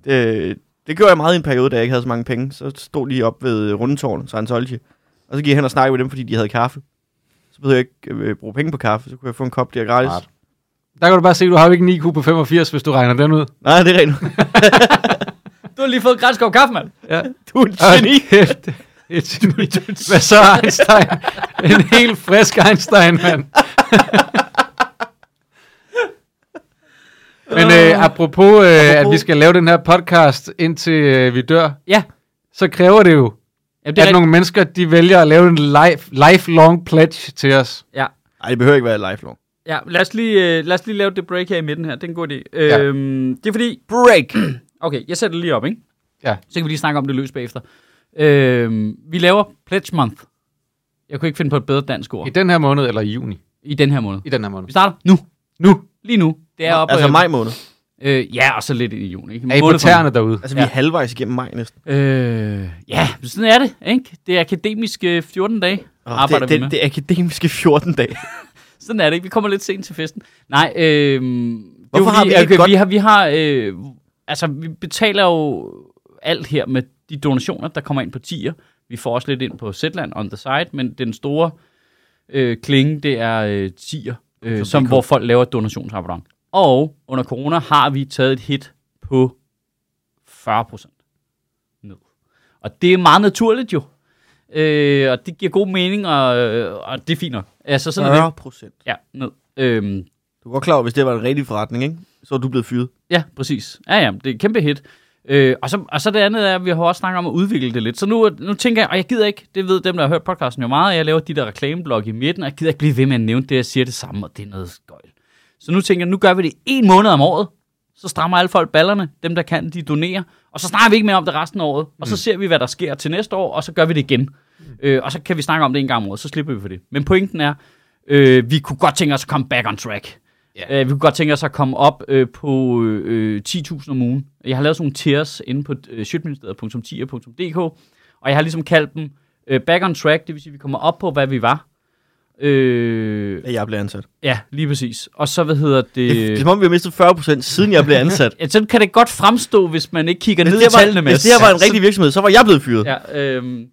S3: det, det gjorde jeg meget i en periode, da jeg ikke havde så mange penge. Så stod de op ved rundetårnet, Scientology. Og så gik jeg hen og snakkede med dem, fordi de havde kaffe. Så behøvede jeg ikke øh, bruge penge på kaffe, så kunne jeg få en kop der gratis.
S1: Smart. Der kan du bare se, at du har jo ikke en IQ på 85, hvis du regner den ud.
S3: Nej, det er rent.
S2: Du har lige fået gratis kop kaffe, mand.
S1: Ja.
S3: Du er en
S1: Og
S3: geni.
S1: kæft, Et geni. Hvad så, Einstein? En helt frisk Einstein, mand. Men øh, apropos, øh, at vi skal lave den her podcast, indtil øh, vi dør,
S2: Ja.
S1: så kræver det jo, det
S2: Jamen, det er
S1: at nogle mennesker, de vælger at lave en life, lifelong pledge til os.
S2: Ja.
S3: Nej, det behøver ikke være lifelong.
S2: Ja, lad os, lige, øh, lad os lige lave det break her i midten her. Det er en god idé.
S1: Ja.
S2: Øhm, det er fordi... Break! Okay, jeg sætter det lige op, ikke?
S1: Ja.
S2: Så kan vi lige snakke om det løs bagefter. Øhm, vi laver Pledge Month. Jeg kunne ikke finde på et bedre dansk ord
S1: I
S2: i,
S1: den her måned, eller i juni?
S2: i den her måned.
S1: I den her
S2: Vi
S1: måned.
S2: starter nu.
S1: Nu!
S2: Lige nu. Det er oppe...
S3: altså
S2: øh,
S3: maj måned.
S2: Øh, ja, og så lidt ind i juni. Ikke?
S1: Er I på
S2: Måned for-
S1: tæerne derude?
S3: Altså, vi
S2: Ja.
S3: er halvvejs igennem maj næsten.
S2: Øh, ja, sådan er det, ikke? Det er akademiske 14 dage,
S3: Åh,
S2: arbejder
S3: det,
S2: vi
S3: det,
S2: med.
S3: det er akademiske 14 dage.
S2: Sådan er det ikke. Vi kommer lidt sent til festen. Nej, øh,
S3: Hvorfor har vi ikke et godt-
S2: Vi har, vi har øh, altså, vi betaler jo alt her med de donationer, der kommer ind på tier. Vi får også lidt ind på Zetland on the side, men den store øh, klinge, det er øh, tier, øh, som, hvor folk laver et donationsabonnement. Og under corona har vi taget et hit på 40 procent ned. Og det er meget naturligt jo. Øh, og det giver god mening, og, øh, og det er fint nok. Altså, sådan er det.
S3: 40 procent.
S2: Ja, ned. Øhm,
S3: Du er godt klar over, hvis det var en rigtig forretning, ikke? så er du blevet fyret.
S2: ja, præcis. Ja, ja, det er et kæmpe hit. Øh, og, så, og så det andet er, at vi har også snakket om at udvikle det lidt. Så nu, nu tænker jeg, og jeg gider ikke, det ved dem, der har hørt podcasten jo meget, jeg laver de der reklameblog i midten, og jeg gider ikke blive ved med at nævne det, jeg siger det samme, og det er noget skøjl. Så nu tænker jeg, nu gør vi det en måned om året, så strammer alle folk ballerne, dem der kan, de donerer, og så snakker vi ikke mere om det resten af året, og så ser vi, hvad der sker til næste år, og så gør vi det igen. Øh, og så kan vi snakke om det en gang om året, så slipper vi for det. Men pointen er, øh, vi kunne godt tænke os at komme back on track.
S1: Ja.
S2: Yeah. Øh, vi kunne godt tænke os at komme op øh, på øh, øh, 10.000 om ugen. Jeg har lavet sådan nogle tiers inde på øh, shitministeriet.tier.dk, og jeg har ligesom kaldt dem øh, back on track, det vil sige, at vi kommer op på, hvad vi var. Øh,
S3: Da jeg blev ansat.
S2: ja, lige præcis. Og så, hvad hedder det...
S3: Det er som om, vi har mistet 40 procent, siden jeg blev ansat.
S2: Ja, sådan kan det godt fremstå, hvis man ikke kigger
S3: Hvis
S2: ned
S3: det,
S2: i
S3: her
S2: tallene,
S3: var,
S2: Mads.
S3: hvis det her var en
S2: Ja,
S3: rigtig virksomhed, så var jeg blevet fyret.
S2: så- Ja, øhm,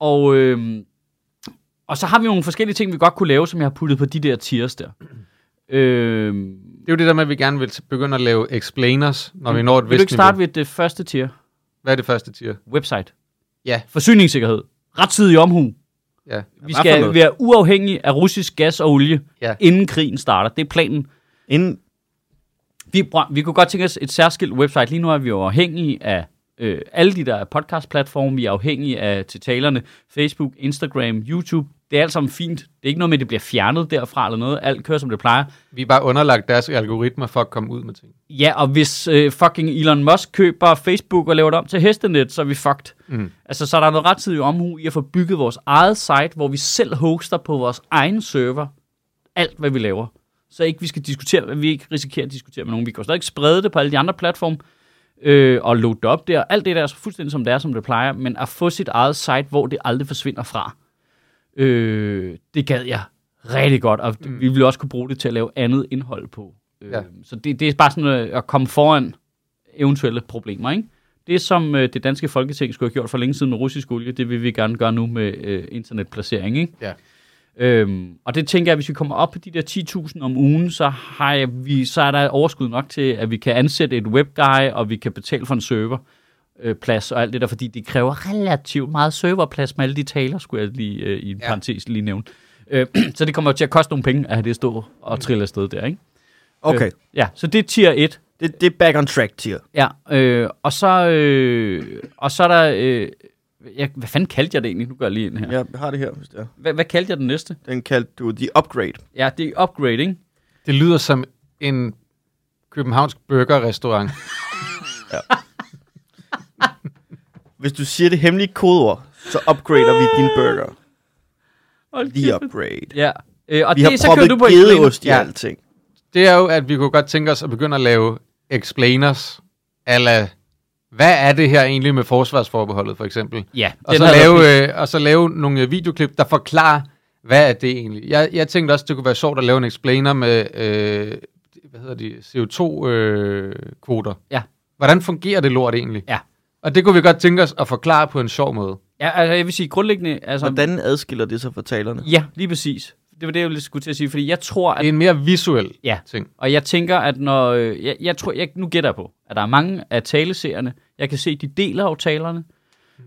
S2: og, øhm, og så har vi nogle forskellige ting, vi godt kunne lave, som jeg har puttet på de der tiers der. Øhm,
S1: Det er jo det der med, at vi gerne vil t- begynde at lave explainers, når vi når et
S2: Mm. vil
S1: vist
S2: du ikke starte
S1: niveau.
S2: ved det første tier?
S1: Hvad er det første tier?
S2: Website.
S1: Ja.
S2: Forsyningssikkerhed. Rettidig omhu.
S1: Ja.
S2: Vi
S3: for
S2: skal
S3: noget?
S2: være uafhængige af russisk gas og olie,
S1: Ja.
S2: inden krigen starter. Det er planen.
S3: Inden,
S2: Vi, bra- vi kunne godt tænke os et særskilt website. Lige nu er vi jo afhængige af øh, alle de der podcast-platforme. Vi er afhængige af til talerne. Facebook, Instagram, YouTube. Det er alt sammen fint. Det er ikke noget med, at det bliver fjernet derfra eller noget. Alt kører, som det plejer.
S1: Vi er bare underlagt deres algoritmer for at komme ud med ting.
S2: Ja, og hvis øh, fucking Elon Musk køber Facebook og laver det om til hestenet, så er vi fucked.
S1: Mm.
S2: Altså, så er der noget rettidig omhu i at få bygget vores eget site, hvor vi selv hoster på vores egen server alt, hvad vi laver. Så ikke vi skal diskutere, vi ikke risikerer at diskutere med nogen. Vi kan jo stadig sprede det på alle de andre platforme øh, og load det op der. Alt det der er så fuldstændig som det er, som det plejer, men at få sit eget site, hvor det aldrig forsvinder fra. Øh, det gad jeg rigtig godt, og mm. vi ville også kunne bruge det til at lave andet indhold på. Øh,
S1: Ja.
S2: Så det, det er bare sådan øh, at komme foran eventuelle problemer, ikke? Det, som øh, det danske folketing skulle have gjort for længe siden med russisk olie, det vil vi gerne gøre nu med øh, internetplacering, ikke?
S1: Ja.
S2: Øhm, og det tænker jeg, hvis vi kommer op på de der 10.000 om ugen, så, har jeg, vi, så er der overskud nok til, at vi kan ansætte et webguy, og vi kan betale for en server øh, plads og alt det der, fordi det kræver relativt meget serverplads med alle de taler, skulle jeg lige øh, i en ja.
S1: Ja.
S2: parentes lige nævne. Øh, så det kommer jo til at koste nogle penge at have det stå og trille afsted der, ikke?
S3: okay,
S2: Ja, så det er tier 1.
S3: øh, det, det er back on track tier.
S2: Ja, øh, og, så, øh, og så er der... Øh, jeg, hvad fanden kaldte jeg det egentlig? Nu går jeg lige ind her.
S3: Jeg har det her, hvis det er.
S2: Hvad, hvad kaldte jeg den næste?
S3: Den kaldte du The Upgrade.
S2: Ja, det er upgrading.
S1: Det lyder som en københavnsk burgerrestaurant.
S3: Hvis du siger det hemmelige kodeord, så upgrader vi din burger.
S2: Hold
S3: The
S2: kæft.
S3: upgrade.
S2: Ja. Øh, og
S3: Vi
S2: det,
S3: har
S2: så kører
S3: proppet
S2: du på
S3: gedeost i
S1: Ja.
S3: alting.
S1: det er jo, at vi kunne godt tænke os at begynde at lave explainers, ala, hvad er det her egentlig med forsvarsforbeholdet, for eksempel?
S2: Ja,
S1: Og så, lave, øh, og så lave nogle øh, videoklip, der forklarer, hvad er det egentlig? Jeg, jeg tænkte også, det kunne være sjovt at lave en explainer med, øh, hvad hedder de, CO2-kvoter.
S2: Ja.
S1: øh, Hvordan fungerer det lort egentlig?
S2: Ja.
S1: Og det kunne vi godt tænke os at forklare på en sjov måde.
S2: Ja, altså, jeg vil sige grundlæggende... Altså,
S3: Hvordan adskiller det sig fra talerne?
S2: Ja, lige præcis. Det var det, jeg ville- skulle til at sige, fordi jeg tror, at
S1: Det er en mere visuel
S2: Ja.
S1: ting.
S2: Og jeg tænker, at når... øh, Jeg, jeg tror, jeg, nu gætter jeg på, at der er mange af taleseerne. Jeg kan se, de deler aftalerne.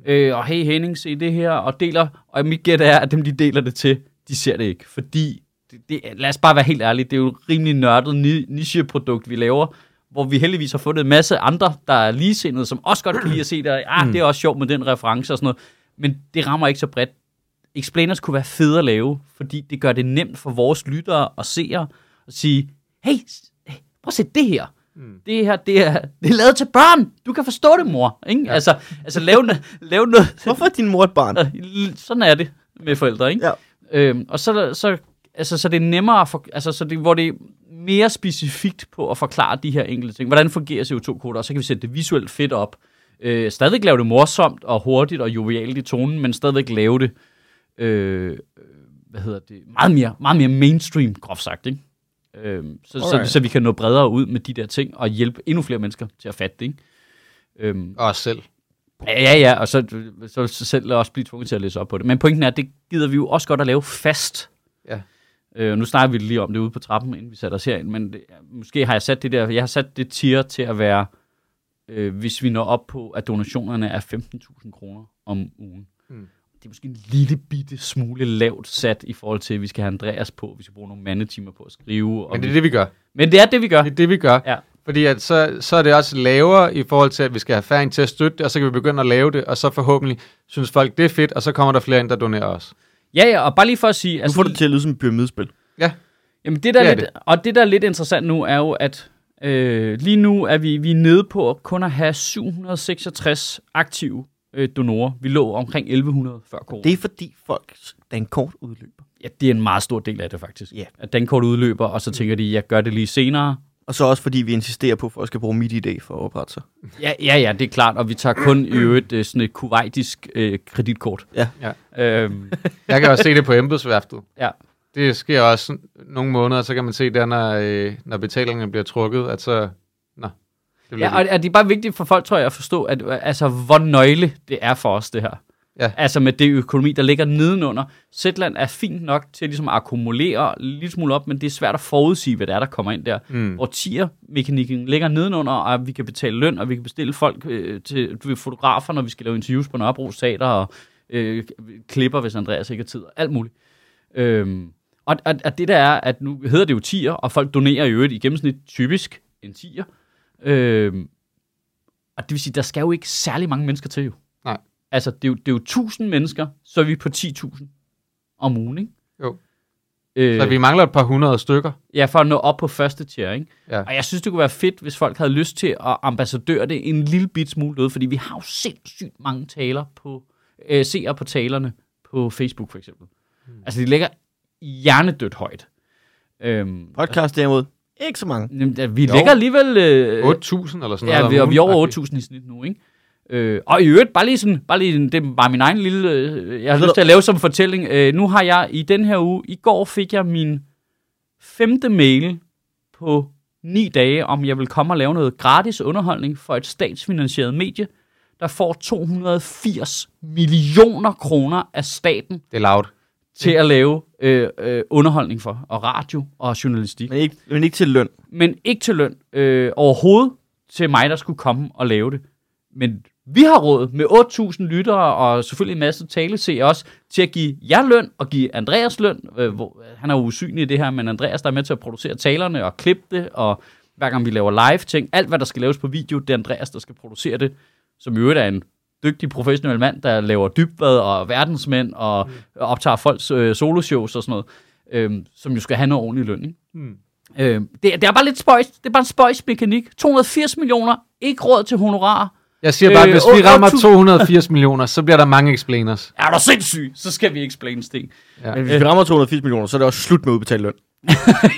S2: Øh, og hey Henning, se det her, og deler. Og mit gæt er, at dem, de deler det til, de ser det ikke. Fordi, det, det, lad os bare være helt ærlige, det er jo et rimelig nørdet ni- nicheprodukt, vi laver. Hvor vi heldigvis har fundet en masse andre, der er ligesindede, som også godt kan lide at se det. og, Ah, det er også sjovt med den reference og sådan noget. Men det rammer ikke så bredt. Explainers kunne være fede at lave, fordi det gør det nemt for vores lyttere og seere at sige, hey, s- hey, prøv at se det her. Mm. Det her, det er, det er lavet til børn. Du kan forstå det, mor. Ikke? Ja. Altså, altså lave, no- lave noget.
S3: Hvorfor er din mor et barn?
S2: Altså, Sådan er det med forældre, ikke?
S3: Ja.
S2: Øhm, og så, så, altså, så det er nemmere, for, altså, så det, hvor det er mere specifikt på at forklare de her enkelte ting. Hvordan fungerer CO2-koder? Og så kan vi sætte det visuelt fedt op. Øh, stadigvæk lave det morsomt og hurtigt og jovialt i tonen, men stadigvæk lave det, øh, øh, hvad hedder det, meget mere, meget mere mainstream, groft sagt, ikke? Øh, så, så,
S3: Alright.
S2: så, vi kan nå bredere ud med de der ting og hjælpe endnu flere mennesker til at fatte det, ikke? Øhm,
S1: Og os selv.
S2: Ja, ja, ja, og så, så, så selv også blive tvunget til at læse op på det. Men pointen er, at det gider vi jo også godt at lave fast.
S1: Ja.
S2: Øh, nu snakker vi lige om det ude på trappen, inden vi satte os herind, men det, måske har jeg sat det der, jeg har sat det tier til at være, øh, hvis vi når op på, at donationerne er 15.000 kroner om ugen.
S1: Mm.
S2: Mm. Det er måske en lille bitte smule lavt sat i forhold til, at vi skal have Andreas på, vi skal bruge nogle mandetimer på at skrive. Og
S1: Men det er
S2: vi,
S1: det, vi gør.
S2: men det er det, vi gør.
S1: Det er det, vi gør.
S2: Ja.
S1: Fordi at så, så er det også lavere i forhold til, at vi skal have færre ind til at støtte det, og så kan vi begynde at lave det, og så forhåbentlig synes folk, det er fedt, og så kommer der flere ind, der donerer os.
S2: Ja, ja, og bare lige for at sige... altså
S3: Nu får det til at lyde som et pyramidespil.
S1: Ja,
S2: Jamen det,
S1: Det
S2: der det
S1: er
S2: er lidt, Og det, der er lidt interessant nu, er jo, at øh, lige nu er vi, vi er nede på at kun at have 766 aktive øh, donorer. Vi lå omkring 1100 før corona.
S3: Det er fordi folk, den kort udløber.
S2: ja, det er en meget stor del af det, faktisk.
S3: Ja.
S2: At den kort udløber, og så tænker de, jeg gør det lige senere.
S3: Og så også fordi vi insisterer på, at folk skal bruge mit idé for at oprette sig.
S2: Ja, ja, ja, det er klart. Og vi tager kun i øvrigt øh, sådan et kuwaitisk øh, kreditkort.
S3: Ja.
S2: ja. Øhm,
S1: jeg kan også se det på embedsværftet.
S2: ja.
S1: Det sker også n- nogle måneder, så kan man se der, når, øh, når betalingen bliver trukket, at så... Nå, det bliver
S2: Ja, og, og det er bare vigtigt for folk, tror jeg, at forstå, at, øh, altså, hvor nøgle det er for os, det her.
S1: Ja.
S2: Altså med det økonomi, der ligger nedenunder. Zetland er fint nok til at ligesom at akkumulere lidt smule op, men det er svært at forudsige, hvad det er, der kommer ind der.
S1: Mm.
S2: Hvor tier-mekanikken ligger nedenunder, og at vi kan betale løn, og vi kan bestille folk øh, til du ved, fotografer, når vi skal lave interviews på Nørrebro Teater, og øh, klipper, hvis Andreas ikke har tid, og alt muligt. Øhm, og, og, og det der er, at nu hedder det jo tier, og folk donerer i øvrigt i gennemsnit typisk en tier. Øhm, og det vil sige, der skal jo ikke særlig mange mennesker til jo.
S1: Nej.
S2: Altså, det er jo, det er jo 1000 mennesker, så er vi på 10.000 om ugen, ikke?
S1: Jo.
S2: Øh,
S1: Så vi mangler et par hundrede stykker.
S2: Ja, for at nå op på første tier, ikke?
S1: Ja.
S2: Og jeg synes, det kunne være fedt, hvis folk havde lyst til at ambassadøre det en lille bit smule ud, fordi vi har jo sindssygt mange taler på, øh, seere på talerne på Facebook, for eksempel.
S1: Hmm.
S2: Mm. Altså, de ligger hjernedødt højt. Øhm,
S3: Podcast derimod, ikke så mange.
S2: jamen, da- vi
S1: Jo.
S2: ligger alligevel... Øh,
S1: 8.000 eller sådan noget.
S2: Ja,
S1: om
S2: vi, og vi er
S1: ugen,
S2: over
S1: faktisk.
S2: 8.000 i snit nu, ikke? Øh, og i øvrigt, bare lige sådan, bare lige, sådan- det var min egen lille, øh, jeg har lyst til at lave som fortælling. Øh, nu har jeg i den her uge, i går fik jeg min femte mail på ni dage, om jeg vil komme og lave noget gratis underholdning for et statsfinansieret medie, der får 280 millioner kroner af staten
S1: Det er loud.
S2: til at lave øh, øh, underholdning for, og radio og journalistik
S3: Men ikke, men ikke til løn.
S2: men ikke til løn øh, overhovedet til mig, der skulle komme og lave det. Men vi har råd med 8.000 lyttere og selvfølgelig en masse taleseere også til at give jer løn og give Andreas løn. Øh, hvor, han er jo usynlig i det her, men Andreas der er med til at producere talerne og klippe det, og hver gang vi laver live ting, alt hvad der skal laves på video, det er Andreas, der skal producere det, som i øvrigt er en dygtig professionel mand, der laver dybvad og verdensmænd og optager folks øh, soloshows og sådan noget, øh, som jo skal have noget ordentlig løn. Ikke? Øhm, Øh, det, det er bare lidt spøjs. Det er bare en spøjs mekanik. 280 millioner, ikke råd til honorar.
S1: Jeg siger bare,
S2: Øh,
S1: øh, hvis vi
S2: otte-
S1: rammer
S2: otte-
S1: 280 millioner, så bliver der mange explainers.
S2: Er du sindssyg? Så skal vi explain sten.
S3: Men hvis vi rammer 280 millioner, så er det også slut med at udbetale løn.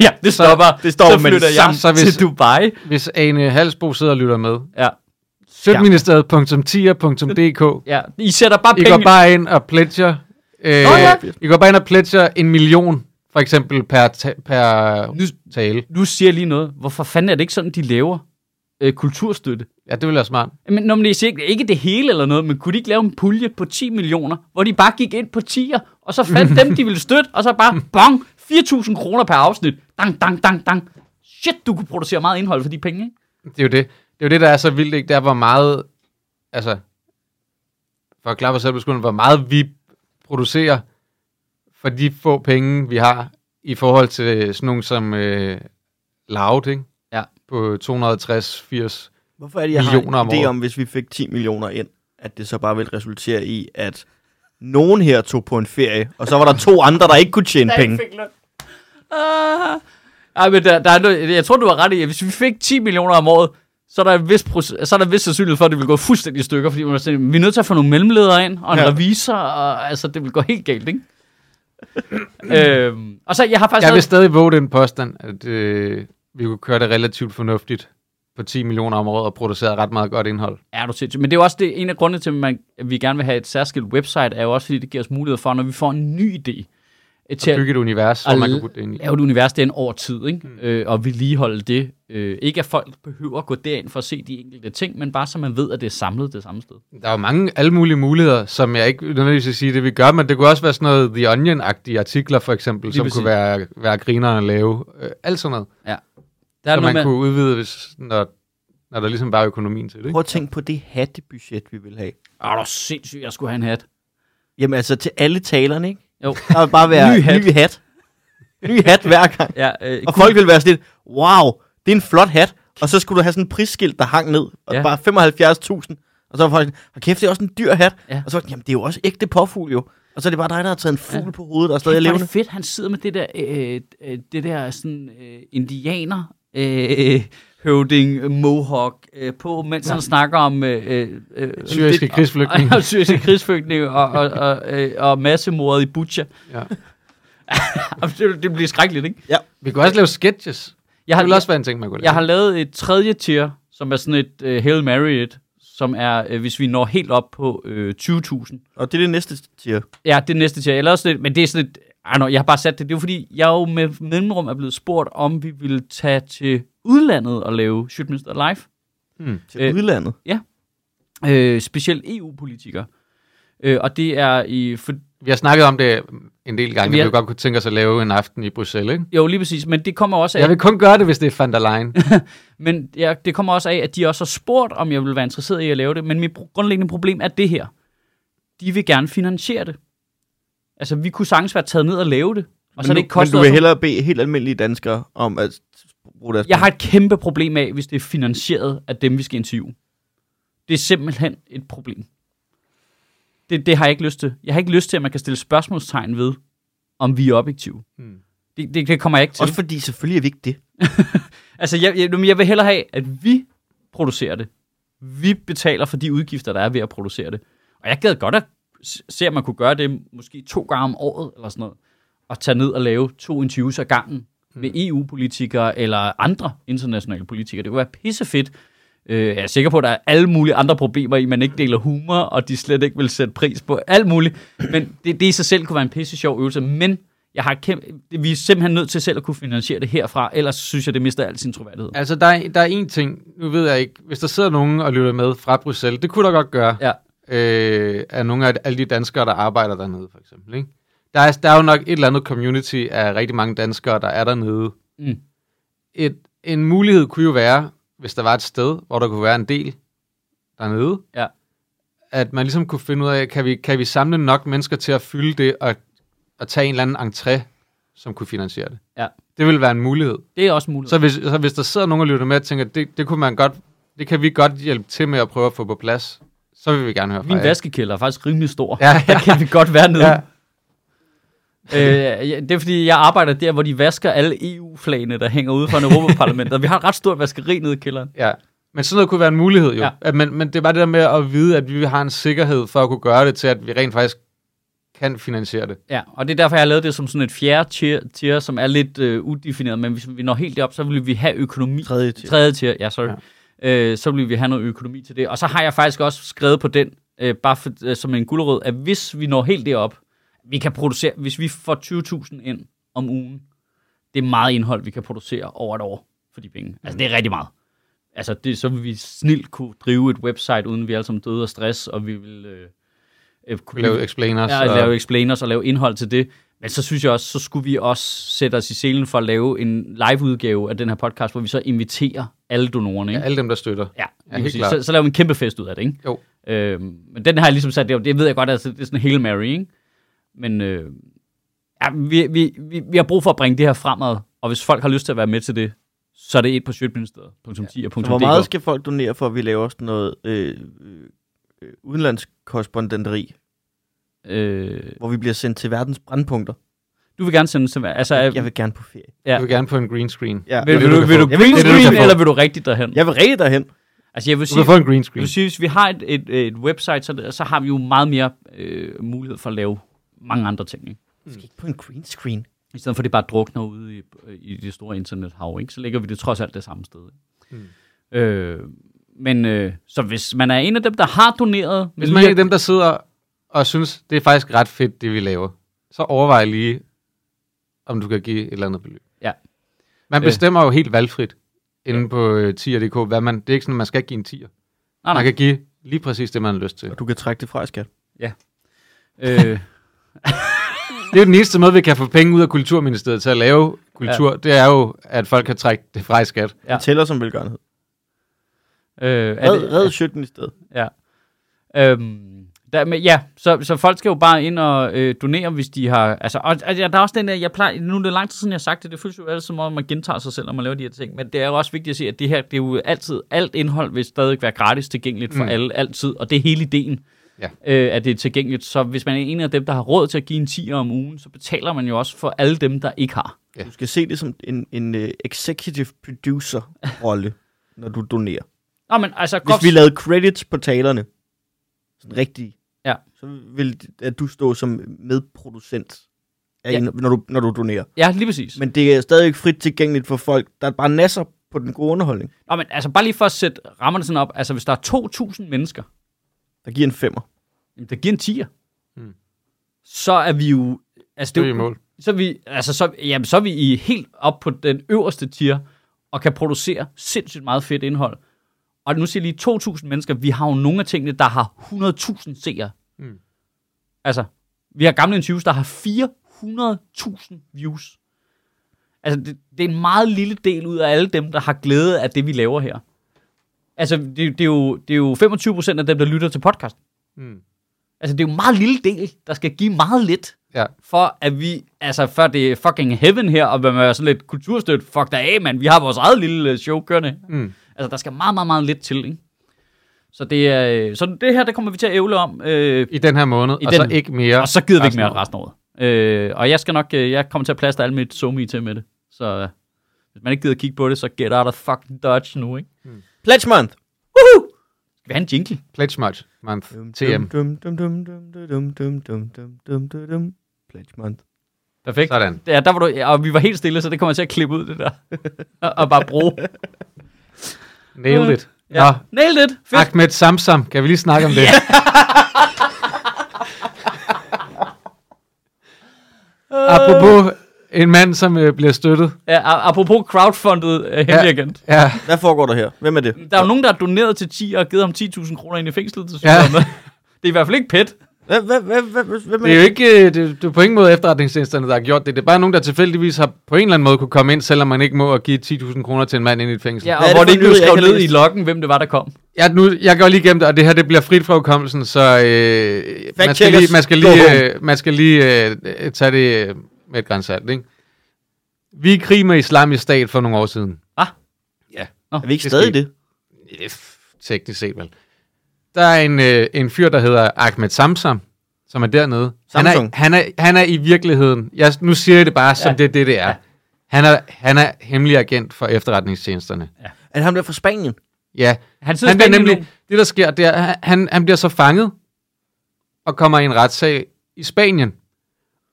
S2: ja, det stopper.
S3: det stopper
S2: så
S3: med det
S2: flytter jeg
S1: samme. Så hvis-
S2: til Dubai.
S1: Hvis Ane Halsbo sidder og lytter med.
S2: Ja.
S1: Sødministeriet.tier.dk
S2: ja. I sætter bare
S1: I
S2: penge.
S1: går bare ind og pledger. Øh,
S2: Nå ja.
S1: I går bare ind og pledger en million, for eksempel, per, ta- per tale.
S2: Nu siger jeg lige noget. Hvorfor fanden er det ikke sådan, de laver øh, kulturstøtte?
S1: Ja, det ville være smart.
S2: Men når man siger ikke, ikke det hele eller noget, men kunne de ikke lave en pulje på 10 millioner, hvor de bare gik ind på 10'er, og så fandt dem, de ville støtte, og så bare, bong, 4.000 kroner per afsnit. Dang, dang, dang, dang. Shit, du kunne producere meget indhold for de penge, ikke?
S1: Det er jo det. Det er jo det, der er så vildt, ikke? Det er, hvor meget... Altså, for at klare mig selv på skulderen, hvor meget vi producerer for de få penge, vi har, i forhold til sådan nogle som øh, Loud, ikke?
S2: Ja.
S1: På 260-80.
S3: Hvorfor er det, jeg
S1: Millioner
S3: har
S1: om
S3: en idé
S1: året.
S3: om, hvis vi fik 10 millioner ind, at det så bare ville resultere i, at nogen her tog på en ferie, og så var der to andre, der ikke kunne tjene penge.
S2: Ah. Ej, men der, der er noget, jeg tror, du har ret i, at hvis vi fik 10 millioner om året, så er der en vis, proce- så er der en vis sandsynlighed for, at det vil gå fuldstændig i stykker, fordi man er sådan, vi er nødt til at få nogle mellemledere ind, og en ja.
S3: Ja.
S2: revisor, og altså, det vil gå helt galt, ikke? øhm, og så, jeg har faktisk...
S1: Jeg vil
S2: lavet-
S1: stadig våge den påstand, at øh, vi kunne køre det relativt fornuftigt på 10 millioner om året og producere ret meget godt indhold.
S2: Ja, du sindssyg. Men det er jo også det, en af grundene til, at, man, at vi gerne vil have et særskilt website, er jo også, fordi det giver os mulighed for, når vi får en ny idé, øh, til
S1: Til
S2: at
S1: bygge et univers, hvor
S2: at
S1: man kan
S2: la-
S1: putte det ind i.
S2: lave et univers den over tid, ikke? Mm. Øh, og vedligeholde det. Øh, ikke at folk behøver at gå derind for at se de enkelte ting, men bare så man ved, at det er samlet det samme sted.
S1: Der er jo mange alle mulige muligheder, som jeg ikke nødvendigvis vil sige, det vi gør, men det kunne også være sådan noget The Onion-agtige artikler, for eksempel,
S2: Lige
S1: som
S2: præcis.
S1: kunne være, være griner at lave. Øh, alt sådan noget,
S2: Der er
S1: som
S2: noget
S1: man
S2: med,
S1: kunne udvide, hvis, når, når der ligesom var økonomien til det. Ikke?
S3: Prøv at tænke på det hattebudget, vi vil have.
S2: åh, du er sindssygt, jeg skulle have en hat.
S3: Jamen altså, til alle talerne, ikke?
S2: Jo.
S3: Der vil bare være
S2: Ny hat.
S3: Ny hat, ny hat hver gang.
S2: Ja, øh,
S3: Og
S2: cool.
S3: folk ville være sådan lidt, wow, det er en flot hat. Og så skulle du have sådan en prisskilt, der hang ned, og
S2: Ja.
S3: ja. bare 75.000. Og så var folk sådan, "Hold kæft, det er også en dyr hat.
S2: Ja.
S3: Ja. Og så var jeg sådan, jamen det er jo også ægte påfugl jo. Og så er det bare dig, der har taget en fugl ja. på hovedet, og er
S2: Kæft,
S3: stadig er
S2: hvor er
S3: levende.
S2: det fedt, han sidder med det der, øh, øh, det der sådan, øh, indianer, øh, høvding, øh, mohawk øh, på, mens han snakker om øh, øh, øh,
S1: Syriske
S2: lidt-
S1: krigsflygtninge.
S2: og syriske krigsflygtninge og, og, og, øh, og massemordet i Butcher.
S1: Ja.
S2: det, det bliver skrækkeligt, ikke?
S1: Vi kunne også lave sketches.
S2: Jeg
S1: Det
S2: har,
S1: ville også være en ting, man kunne lave.
S2: jeg har lavet et tredje tier, som er sådan et uh, Hail Mary et, som er, uh, hvis vi når helt op på uh, 20.000.
S3: Og det er det næste tier.
S2: Ja, det er næste tier. Jeg lavede sådan et, men det er sådan et, ej, nå, jeg har bare sat det. Det er jo fordi, jeg jo med mellemrum er blevet spurgt, om vi ville tage til udlandet og lave Shoot Mr. Live.
S3: Til
S2: Øh,
S3: øh. udlandet.
S2: Øh, specielt EU-politikere. Øh, og det er i, for,
S1: Vi har snakket om det en del gange,
S2: Vi
S1: vi
S2: har-
S1: har... godt kunne tænke os at lave en aften i Bruxelles. Ikke?
S2: jo lige præcis, men det kommer også af,
S1: Jeg vil kun gøre det, hvis det er van der Leyen.
S2: Men ja, det kommer også af, at de også har spurgt, om jeg vil være interesseret i at lave det. Men mit pro- grundlæggende problem er det her. De vil gerne finansiere det. Altså, vi kunne sagtens være taget ned og lave det. Og så er det ikke
S3: men
S2: kostet
S3: du vil
S2: os-
S3: hellere bede helt almindelige danskere om at bruge deres
S2: Jeg har et kæmpe problem af, hvis det er finansieret af dem, vi skal interviewe. Det er simpelthen et problem. Det, det har jeg ikke lyst til. Jeg har ikke lyst til, at man kan stille spørgsmålstegn ved, om vi er objektive.
S1: Mm.
S2: Det, det, det kommer jeg ikke til.
S3: Hmm. Også fordi selvfølgelig er vi ikke det.
S2: Altså, jeg, jeg, men jeg vil hellere have, at vi producerer det. Vi betaler for de udgifter, der er ved at producere det. Og jeg gad godt at s- se, om man kunne gøre det måske to gange om året, eller sådan noget. Og tage ned og lave to interviews ad gangen med EU-politikere eller andre internationale politikere. Det kunne være pissefedt. Øh, jeg er sikker på, at der er alle mulige andre problemer i, at man ikke deler humor, og de slet ikke vil sætte pris på alt muligt. Men det, det i sig selv kunne være en pisse sjov øvelse. Men jeg har et kæmpe, vi er simpelthen nødt til selv at kunne finansiere det herfra, ellers synes jeg, det mister al sin troværdighed.
S1: Altså, der er, der er én ting, nu ved jeg ikke, hvis der sidder nogen og lytter med fra Bruxelles, det kunne der godt gøre,
S2: Ja.
S1: øh, af nogle af alle de danskere, der arbejder dernede, for eksempel. Ikke? Der, er, der er jo nok et eller andet community af rigtig mange danskere, der er dernede.
S2: Mm.
S1: Et, en mulighed kunne jo være, hvis der var et sted, hvor der kunne være en del dernede,
S2: Ja.
S1: at man ligesom kunne finde ud af, kan vi, kan vi samle nok mennesker til at fylde det og, og tage en eller anden entré, som kunne finansiere det.
S2: Ja.
S1: Det ville være en mulighed.
S2: Det er også muligt.
S1: Så hvis, så hvis der sidder nogen og lytter med og tænker, det, det kunne man godt, det kan vi godt hjælpe til med at prøve at få på plads, så vil vi gerne høre fra
S2: Min
S1: jer.
S2: vaskekælder er faktisk rimelig stor.
S1: Ja, ja.
S2: Der kan vi godt være nede.
S1: Ja.
S2: øh, ja, det er fordi, jeg arbejder der, E hvor de vasker alle EU-flagene, der hænger ude fra Europaparlamentet. Og vi har et ret stort vaskeri nede i kælderen.
S1: Ja, Men sådan noget kunne være en mulighed jo.
S2: Ja.
S1: Ja. At, men, men det er bare det der med at vide, at vi har en sikkerhed for at kunne gøre det til, at vi rent faktisk kan finansiere det.
S2: Ja, og det er derfor, jeg har lavet det som sådan et fjerde tier, tier som er lidt øh, udefineret, men hvis vi når helt derop, så vil vi have økonomi.
S3: Tredje tier.
S2: Tredje tier, ja, sorry. Ja. Øh, så vil vi have noget økonomi til det. Og så har jeg faktisk også skrevet på den, øh, bare for, øh, som en gulerod, at hvis vi når helt derop, vi kan producere, hvis vi får 20.000 ind om ugen, det er meget indhold, vi kan producere over et år for de penge. Altså, det er rigtig meget. Altså, det, så vil vi snilt kunne drive et website, uden vi alle sammen døde af stress, og vi vil øh, øh, kunne
S1: Lave explainers.
S2: Ja, at lave explainers og lave indhold til det. Men så synes jeg også, så skulle vi også sætte os i selen for at lave en live-udgave af den her podcast, hvor vi så inviterer alle donorerne. Ikke?
S1: ja, alle dem, der støtter.
S2: Ja,
S1: Ja,
S2: ja
S1: helt klart.
S2: så, så laver vi en kæmpe fest ud af det, ikke?
S1: Jo.
S2: Øhm, men den har jeg ligesom sat det Det ved jeg godt, at det er sådan en Hail Mary, ikke? Men øh, ja, vi, vi, vi, vi har brug for at bringe det her fremad, og hvis folk har lyst til at være med til det, så er det et på sjøtministeriet.10.dk.
S3: Så hvor meget skal folk donere for, at vi laver sådan noget øh, øh, udenlandskorrespondenteri,
S2: øh,
S3: hvor vi bliver sendt til verdens brandpunkter?
S2: du vil gerne sende... til- Altså,
S3: Jeg vil gerne på ferie.
S2: Ja.
S1: Jeg vil gerne på en green screen.
S3: Ja.
S2: vil, vil,
S1: Det er
S2: du,
S1: det, du
S2: vil du
S1: kan
S3: få.
S2: green
S3: Det er det, du
S2: screen,
S3: kan få.
S2: eller vil du rigtig derhen?
S3: Jeg vil rigtig derhen.
S2: Altså, jeg vil
S1: Du
S2: sige,
S1: kan få en green
S2: Det
S1: screen.
S2: vil sige, hvis vi har et, et, et website, så, så har vi jo meget mere øh, mulighed for at lave mange andre ting. Mm. Ikke?
S3: Vi skal ikke på en green screen.
S2: I stedet for, at det bare drukner ude i, i det store internethav, ikke? så lægger vi det trods alt det samme sted.
S1: Hmm.
S2: Ikke? Mm. Øh, men øh, så hvis man er en af dem, der har doneret...
S1: Hvis man er en af dem, der sidder og synes, det er faktisk ret fedt, det vi laver, så overvej lige, om du kan give et eller andet beløb.
S2: Ja.
S1: Man
S2: Øh.
S1: bestemmer jo helt valgfrit inde på øh, tier.dk, hvad man, det er ikke sådan, at man skal give en tier.
S2: nej,
S1: Man
S2: nej,
S1: kan give lige præcis det, man har lyst til.
S3: Og du kan trække det fra, skat.
S2: øh,
S1: Det er jo den eneste måde, vi kan få penge ud af Kulturministeriet til at lave kultur. Ja. Det er jo, at folk kan trække det fra i skat.
S2: Ja.
S3: Ja. Tæller som velgørenhed.
S2: øh, er
S3: Red,
S2: det-
S3: red sjøtten i stedet.
S2: Ja. Øhm, der, men ja, så, så folk skal jo bare ind og øh, donere, hvis de har... Altså, og, altså, der er også den der, jeg plejer, nu er det lang tid siden, jeg har sagt det, det føles jo altid som om, man gentager sig selv, når man laver de her ting, men det er jo også vigtigt at sige, at det her, det er jo altid, alt indhold vil stadig være gratis tilgængeligt for mm.
S1: Mm.
S2: alle, altid, og det er hele ideen,
S1: Ja.
S2: øh, at det er tilgængeligt. Så hvis man er en af dem, der har råd til at give en 10'er om ugen, så betaler man jo også for alle dem, der ikke har.
S1: Ja.
S3: Du skal se det som en, en uh, executive producer-rolle, når du donerer.
S2: Nå, men altså,
S3: Hvis vi lavede credits på talerne, sådan rigtige,
S2: Ja.
S3: så ville det- at du stå som medproducent, af
S2: Ja.
S3: ja. en, når, du, når du donerer.
S2: Ja, lige præcis.
S3: Men det er stadigvæk frit tilgængeligt for folk. Der er bare nasser på den gode underholdning,
S2: Nå, men altså, bare lige for at sætte rammerne sådan op, altså, hvis der er 2.000 mennesker,
S3: der giver en femmer.
S2: Jamen, der giver en tier. Hmm.
S1: Hmm.
S2: Så er vi jo... Altså,
S1: Det er
S2: jo-
S1: i mål.
S2: Så er vi, altså, så, jamen, så er vi i, helt op på den øverste tier, og kan producere sindssygt meget fedt indhold. Og nu siger jeg lige 2.000 mennesker, vi har jo nogle af tingene, der har 100.000 seere.
S1: Hmm.
S2: Altså, vi har gamle interviews, der har 400.000 views. Altså, det, det er en meget lille del ud af alle dem, der har glæde af det, vi laver her. Altså, det, det, er, jo, det er jo 25 procent af dem, der lytter til podcast.
S1: Mm.
S2: Altså, det er jo en meget lille del, der skal give meget lidt,
S1: Ja.
S2: for at vi, altså, for det er fucking heaven her, og man er sådan lidt kulturstødt, fuck dig af, mand, vi har vores eget lille øh, show kørende.
S1: Mm.
S2: Altså, der skal meget, meget, meget lidt til, ikke? Så det er, øh, så det her, det kommer vi til at ævle om, øh,
S1: I den her måned,
S2: I
S1: og
S2: den-
S1: så ikke mere.
S2: og så gider vi ikke
S1: resten af
S2: mere resten af året. Øh, og jeg skal nok, øh, jeg kommer til at plaste alt mit somi til med det, så øh, hvis man ikke gider kigge på det, så get out of fucking dodge nu, ikke?
S3: Pledge month!
S2: Woohoo! Skal vi have en jingle?
S1: Pledge March Month,
S3: Øhm,
S1: TM.
S3: Dum, dum, dum, dum, dum, dum, dum, dum, dum, dum, dum, dum. Pledge month.
S2: Perfekt.
S1: Sådan.
S2: Ja, der var du, ja, og vi var helt stille, så det kommer jeg til at klippe ud, det der. og, og bare bruge.
S1: Nailed it.
S2: Mm. Ja.
S1: Nå,
S2: Nailed it. Fedt.
S1: Ahmed Samsam, kan vi lige snakke om det?
S2: Øh.
S1: Apropos en mand, som øh, bliver støttet.
S2: Ja, a- apropos crowdfundet uh, ja. agent.
S1: Ja,
S3: Hvad foregår der her? Hvem er det?
S2: Der er jo nogen, der har doneret til 10 og givet ham 10.000 kroner ind i fængslet. Til
S1: Ja.
S2: ja. Det er i hvert fald ikke pæt.
S3: Hvad- hvad- hvad- hvad- Hvem er
S1: det er jo ikke øh, det, det er på ingen måde efterretningstjenesterne, der har gjort det. Det er bare nogen, der tilfældigvis har på en eller anden måde kunne komme ind, selvom man ikke må at give 10.000 kroner til en mand ind i et fængsel.
S2: Ja,
S1: Ja.
S2: og
S3: Hvad er
S2: hvor
S3: det
S2: det
S3: for
S2: ikke blev
S3: nyhed, jeg
S2: skrevet
S3: ikke har
S2: ned i
S3: læst?
S2: loggen, hvem det var, der kom.
S1: Jeg, nu, jeg går lige igennem det, og det her det bliver frit fra hukommelsen, så øh, man, skal
S3: checkers,
S1: lige, man skal
S3: go home.
S1: lige, øh, man skal lige øh, øh, tage det øh, med et grænsalt, ikke? Vi er i krig med islamisk stat for nogle år siden.
S3: Er vi ikke
S1: Det
S3: stadig
S1: skete.
S3: det?
S1: Ja, f- teknisk set vel. Der er en, øh, en fyr, der hedder Ahmed Samsam, som er dernede. Han er,
S3: Samsung.
S1: han, er, han er i virkeligheden, jeg, nu siger jeg det bare, som
S2: Ja.
S1: ja. det er det, det er.
S2: Ja.
S1: Han er, han er hemmelig agent for efterretningstjenesterne.
S3: Er det ham der fra Spanien?
S1: Ja,
S2: Han sidder
S1: han bliver
S2: spændt i
S1: nemlig, det der sker, det er, han, han bliver så fanget og kommer i en retssag i Spanien.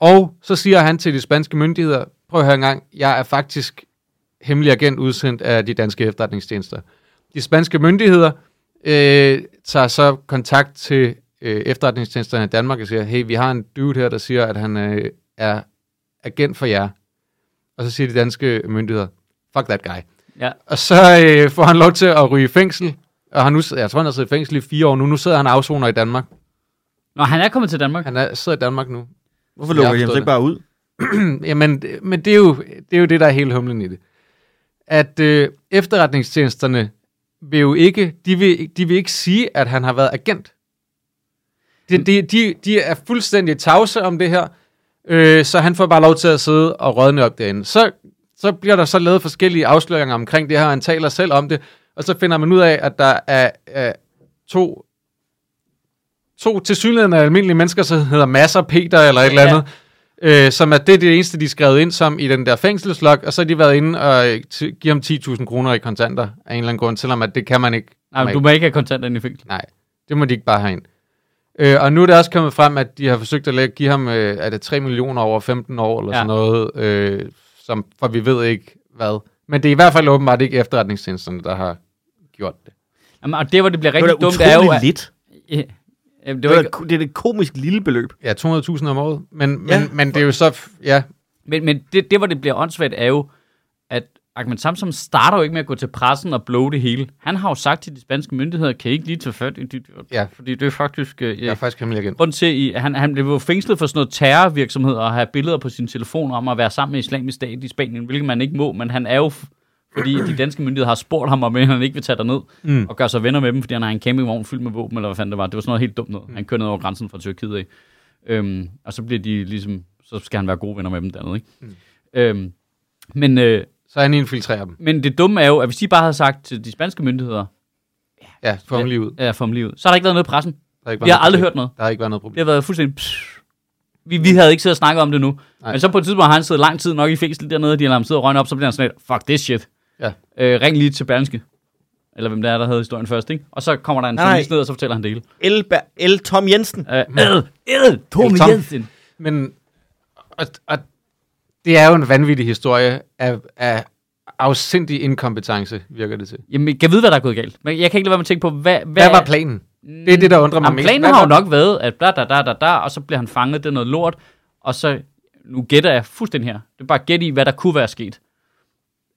S1: Og så siger han til de spanske myndigheder, prøv at høre engang, jeg er faktisk hemmelig agent udsendt af de danske efterretningstjenester. De spanske myndigheder øh, tager så kontakt til øh, efterretningstjenesterne i Danmark og siger, hey, vi har en dude her, der siger, at han øh, er agent for jer. Og så siger de danske myndigheder, fuck that guy.
S2: nu. Ja.
S1: Og så øh, får han lov til at ryge i fængsel. Og han nu, sidder- jeg tror, han har siddet i fængsel i fire år nu. Nu sidder han og afsoner i Danmark.
S2: Nå, han er kommet til Danmark.
S1: Han er, sidder i Danmark nu.
S3: Hvorfor
S1: Jeg
S3: lukker
S1: har
S3: de ham så
S1: forstået
S3: ikke bare ud?
S1: Jamen, det- men det er, jo, det er jo det, der er hele humlen i det. At øh, efterretningstjenesterne vil jo ikke de vil, de vil ikke sige, at han har været agent. De, de, de, de er fuldstændig tavse om det her, øh, så han får bare lov til at sidde og rådne op derinde. Så, så bliver der så lavet forskellige afsløringer omkring det her, og han taler selv om det, og så finder man ud af, at der er øh, to to tilsyneladende almindelige mennesker, som hedder Masser Peter eller et eller
S2: Ja.
S1: andet, øh, som er det, det eneste, de er skrevet ind som i den der fængselslok, og så har de været inde og øh, ti- give ham 10.000 kroner i kontanter af en eller anden grund, selvom at det kan man ikke.
S2: Nej, men du må ikke have kontanter ind i fængsel.
S1: Nej, det må de ikke bare have ind. Øh, og nu er det også kommet frem, at de har forsøgt at lægge, give ham øh, er det 3 millioner over 15 år eller
S2: Ja.
S1: ja. sådan noget, øh, som, for vi ved ikke hvad. Men det er i hvert fald åbenbart ikke efterretningstjenesterne, der har gjort det.
S2: Jamen, og det, hvor det bliver
S3: Det var
S2: rigtig
S3: da
S2: dumt, er jo...
S3: utroligt
S2: At,
S3: lidt.
S2: Ja, Jamen, det
S3: Det,
S2: var
S3: var
S2: ikke,
S3: da, det er et komisk lille beløb.
S1: Ja, 200.000 om året. Men, men,
S3: Ja,
S1: ja, men det er jo så, f- ja,
S2: men men det, det, hvor det bliver åndssvagt, er jo, at Ahmed Samsam starter jo ikke med at gå til pressen og blow det hele. Han har jo sagt til de spanske myndigheder, kan I ikke lige tage fat i det?
S1: Ja.
S2: Fordi det er faktisk... Øh,
S1: jeg
S2: ja.
S1: er faktisk hemmelig igen.
S2: Grund til, i- at han, han blev jo fængslet for sådan noget terrorvirksomhed og have billeder på sin telefon om at være sammen med islamisk stat i Spanien, hvilket man ikke må, men han er jo, f- fordi de danske myndigheder har spurgt ham, om han ikke vil tage derned mm.
S1: Mm.
S2: og gøre sig venner med dem, fordi han har en campingvogn fyldt med våben, eller hvad fanden det var. Det var sådan noget helt dumt noget. Han kører ned over grænsen fra Tyrkiet af. Øhm, og så bliver de ligesom, så skal han være gode venner med dem dernede, ikke? Mm. Øhm, men, øh,
S1: Så han infiltrerer dem.
S2: men det dumme er jo, at hvis de bare havde sagt til de spanske myndigheder,
S1: Ja, få ham lige ud.
S2: ja, for ham livet, så har der ikke været noget i pressen.
S1: Der har ikke
S2: Vi har
S1: noget
S2: aldrig
S1: problem.
S2: hørt noget.
S1: Der har ikke været noget problem.
S2: Det har været fuldstændig... Psh. Vi, vi havde ikke siddet og snakket om det nu. Nej.
S1: Nej.
S2: Men så på et tidspunkt har han siddet lang tid nok i fængsel dernede, og de har lavet ham sidde og røgne op, så bliver han sådan lidt, fuck this shit.
S1: Ja.
S2: Øh, ring lige til Berlingske. Eller hvem der er, der havde historien først, ikke? Og så kommer der en
S3: Nej.
S2: journalist ned, og så fortæller han det hele.
S3: L. Ba- L. Tom Jensen.
S2: Øh, Ed, Ed, Tom
S1: Ed Tom.
S2: Jensen.
S1: Men og, og, det er jo en vanvittig historie af, af afsindig inkompetence, virker det til.
S2: Jamen, jeg kan vide, hvad der er gået galt. Men jeg kan ikke lade være med at tænke på, hvad... Hvad,
S1: Hvad var planen? Det er det, der undrer mig
S2: Jamen,
S1: mest.
S2: planen
S1: Hvad
S2: har jo
S1: var-
S2: nok været, at da, da, da, da, da, og så bliver han fanget, det er noget lort, og så, nu gætter jeg fuldstændig her, det er bare gæt i, hvad der kunne være sket.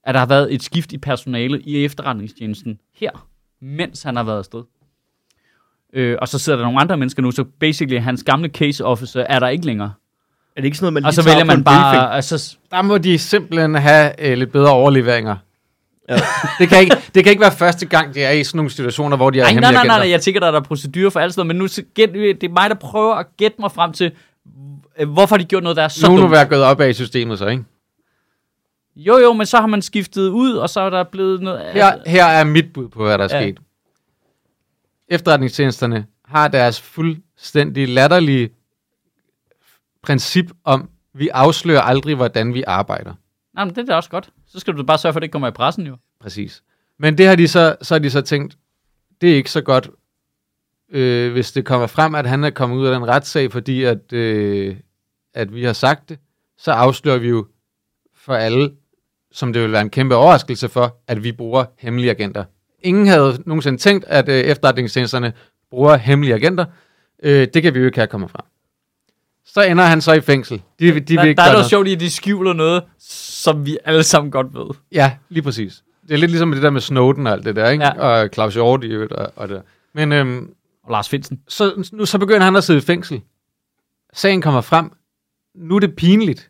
S2: At der har været et skift i personale i efterretningstjenesten her, mens han har været afsted. Øh, og så sidder der nogle andre mennesker nu, så basically hans gamle case officer er der ikke længere.
S3: Er det ikke sådan noget, man
S2: Og
S3: lige
S2: så
S3: tager
S2: vælger
S3: på en
S2: man
S3: briefing?
S2: bare, og så,
S1: Der må de simpelthen have øh, lidt bedre overleveringer.
S3: Ja.
S1: Ja. det, kan ikke, det kan ikke være første gang, de er i sådan nogle situationer, hvor de er
S2: Ej, nej,
S1: hemmelige
S2: nej, nej, nej,
S1: agenter.
S2: jeg tænker, der er der procedurer for alt sådan noget, men nu så gæt, det er mig, der prøver at gætte mig frem til, øh, hvorfor har de gjort noget, der er så
S1: Nogen må
S2: dumt.
S1: være gået op af i systemet så, ikke?
S2: Jo, jo, men så har man skiftet ud, og så er der blevet noget...
S1: Her, her er mit bud på, hvad der er
S2: Ja.
S1: sket. Efterretningstjenesterne har deres fuldstændig latterlige princip om, vi afslører aldrig, hvordan vi arbejder.
S2: Nej, men det er da også godt. Så skal du bare sørge for, at det ikke kommer i pressen, jo.
S1: Præcis. Men det har de så, så har de så tænkt, det er ikke så godt, øh, hvis det kommer frem, at han er kommet ud af den retssag, fordi at, øh, at vi har sagt det, så afslører vi jo for alle, som det vil være en kæmpe overraskelse for, at vi bruger hemmelige agenter. Ingen havde nogensinde tænkt, at øh, efterretningstjenesterne bruger hemmelige agenter. Øh, det kan vi jo ikke have kommet frem. Så ender han så i fængsel. De, de vil
S2: der,
S1: ikke
S2: der er
S1: gøre
S2: noget
S1: noget.
S2: sjovt i, at de skjuler noget, som vi alle sammen godt ved.
S1: Ja, lige præcis. Det er lidt ligesom det der med Snowden og alt det der, ikke?
S2: Ja.
S1: Ja. Og Claus Hjort i øvrigt og, og det der. Men øhm,
S2: Og Lars Finsen.
S1: så, nu, så begynder han at sidde i fængsel. Sagen kommer frem. Nu er det pinligt.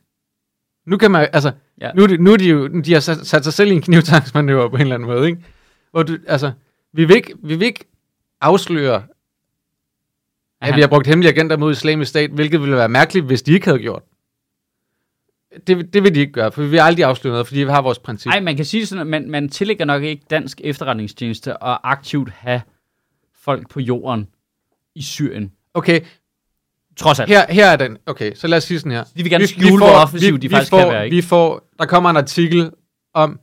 S1: Nu kan man, altså,
S2: Ja.
S1: ja. nu, er det- nu er de jo, de har sat, sat sig selv i en knivtangsmanøvre på en eller anden måde, ikke? Hvor du, altså, vi vil ikke, vi vil ikke afsløre,
S2: Aha.
S1: at vi har brugt hemmelige agenter mod islamisk stat, hvilket ville være mærkeligt, hvis de ikke havde gjort. Det, det vil de ikke gøre, for vi vil aldrig afsløre noget, fordi vi har vores princip.
S2: Nej, man kan sige det sådan, at man, man tillægger nok ikke dansk efterretningstjeneste at aktivt have folk på jorden i Syrien.
S1: Okay,
S2: Trods alt.
S1: Her, her er den. Okay, så lad os sige sådan her.
S2: De vil gerne skjule, hvor offensiv de faktisk
S1: får,
S2: kan være, ikke?
S1: Vi får, der kommer en artikel om,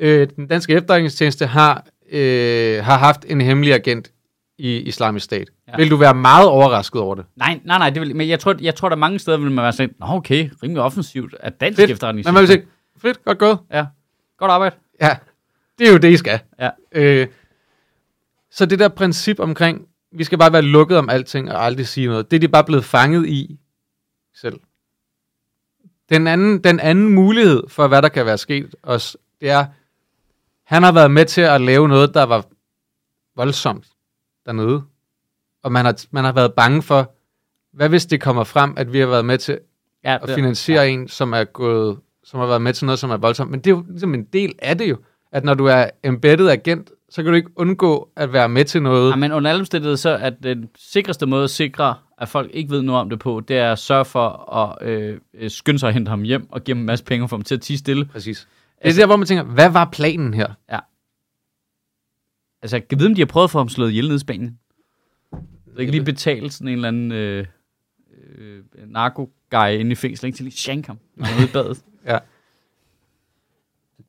S1: øh, den danske efterretningstjeneste har øh, har haft en hemmelig agent i islamisk stat.
S2: Ja.
S1: Ja. Vil du være meget overrasket over det?
S2: Nej, nej, nej, det vil, men jeg tror, jeg tror, der er mange steder, vil man være sådan, nå okay, rimelig offensivt, at dansk
S1: Fedt. Men
S2: efterretningstjeneste.
S1: man vil sige, fedt, godt gået.
S2: Ja, godt arbejde.
S1: Ja, det er jo det, I skal.
S2: Ja.
S1: Øh, så det der princip omkring, vi skal bare være lukket om alting og aldrig sige noget, det er de bare blevet fanget i selv. Den anden, den anden mulighed for, hvad der kan være sket også, det er, han har været med til at lave noget, der var voldsomt dernede. Og man har, man har været bange for, hvad hvis det kommer frem, at vi har været med til
S2: Ja,
S1: at
S2: det-
S1: finansiere en, som er gået, som har været med til noget, som er voldsomt. Men det er jo ligesom en del af det jo, at når du er embedded agent, så kan du ikke undgå at være med til noget.
S2: Ja, men under alle omstændigheder så er den sikreste måde at sikre, at folk ikke ved noget om det på, det er at sørge for at øh, øh, skynde sig at hente ham hjem og give ham en masse penge for ham til at tige stille.
S1: Præcis. Det er der, hvor man tænker, hvad var planen her?
S2: Altså, jeg kan vide, om de har prøvet at få ham slået ihjel nede i Spanien. Så ikke lige betale sådan en eller anden øh, øh, narko-guy inde i fængsel, ikke til lige shank ham når han er ude i badet.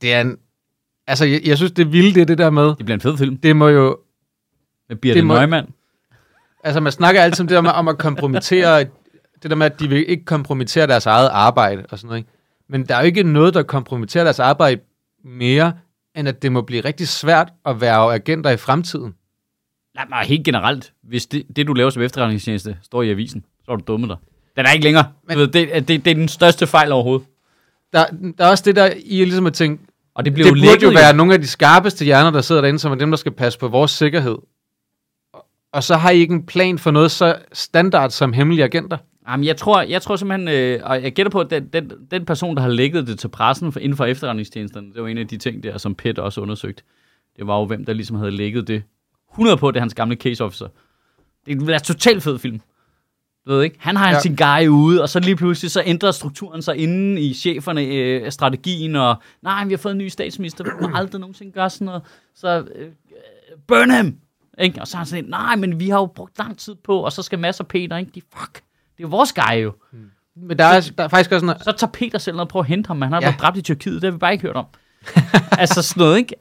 S1: Det er en... Altså, jeg, jeg synes, det vilde, det er det der med,
S2: Det bliver en fed film
S1: det må jo...
S2: med Birte
S1: Det må-
S2: Neumann.
S1: Altså, man snakker altid om det der med, om at kompromittere... Det der med, at de vil ikke kompromittere deres eget arbejde og sådan noget, ikke? Men der er jo ikke noget, der kompromitterer deres arbejde mere, end at det må blive rigtig svært at være agenter i fremtiden.
S2: Nej, nej, helt generelt. Hvis det, det, du laver som efterretningstjeneste, står i avisen, så er du dummet dig. Den er ikke længere. Men,
S1: Men-
S2: du ved, det, er- det, det er den største fejl overhovedet.
S1: Der, der er også det der, I er ligesom at tænke,
S2: Og det bliver
S1: det
S2: jo
S1: burde
S2: lækket,
S1: jo være nogle af de skarpeste hjerner, der sidder derinde, som er dem, der skal passe på vores sikkerhed. Og- Og så har I ikke en plan for noget så standard som hemmelige agenter.
S2: Jamen, jeg tror, jeg tror simpelthen, øh, og jeg gætter på, at den, den, den person, der har lægget det til pressen for, inden for efterretningstjenesterne, det var en af de ting der, som PET også undersøgte. Det var jo, hvem der ligesom havde lægget det 100 på, det er hans gamle case officer. Det ville være en totalt fed film. Du ved ikke? Han har ja.
S1: Ja.
S2: sin guy ude, og så lige pludselig, så ændrer strukturen sig inden i cheferne, øh, strategien, og nej, vi har fået en ny statsminister, vi må aldrig nogensinde gøre sådan noget. Så øh, burn ham! Ikke? Og så er han sådan, lidt, nej, men vi har jo brugt lang tid på, og så skal Mads og Peter, ikke? De, fuck, det er vores guy jo.
S1: Men der er, der er faktisk også noget...
S2: Så tager Peter selv ned og prøver at hente ham, men han har ja.
S1: Ja.
S2: været dræbt i Tyrkiet, det har vi bare ikke hørt om. altså sådan noget, ikke?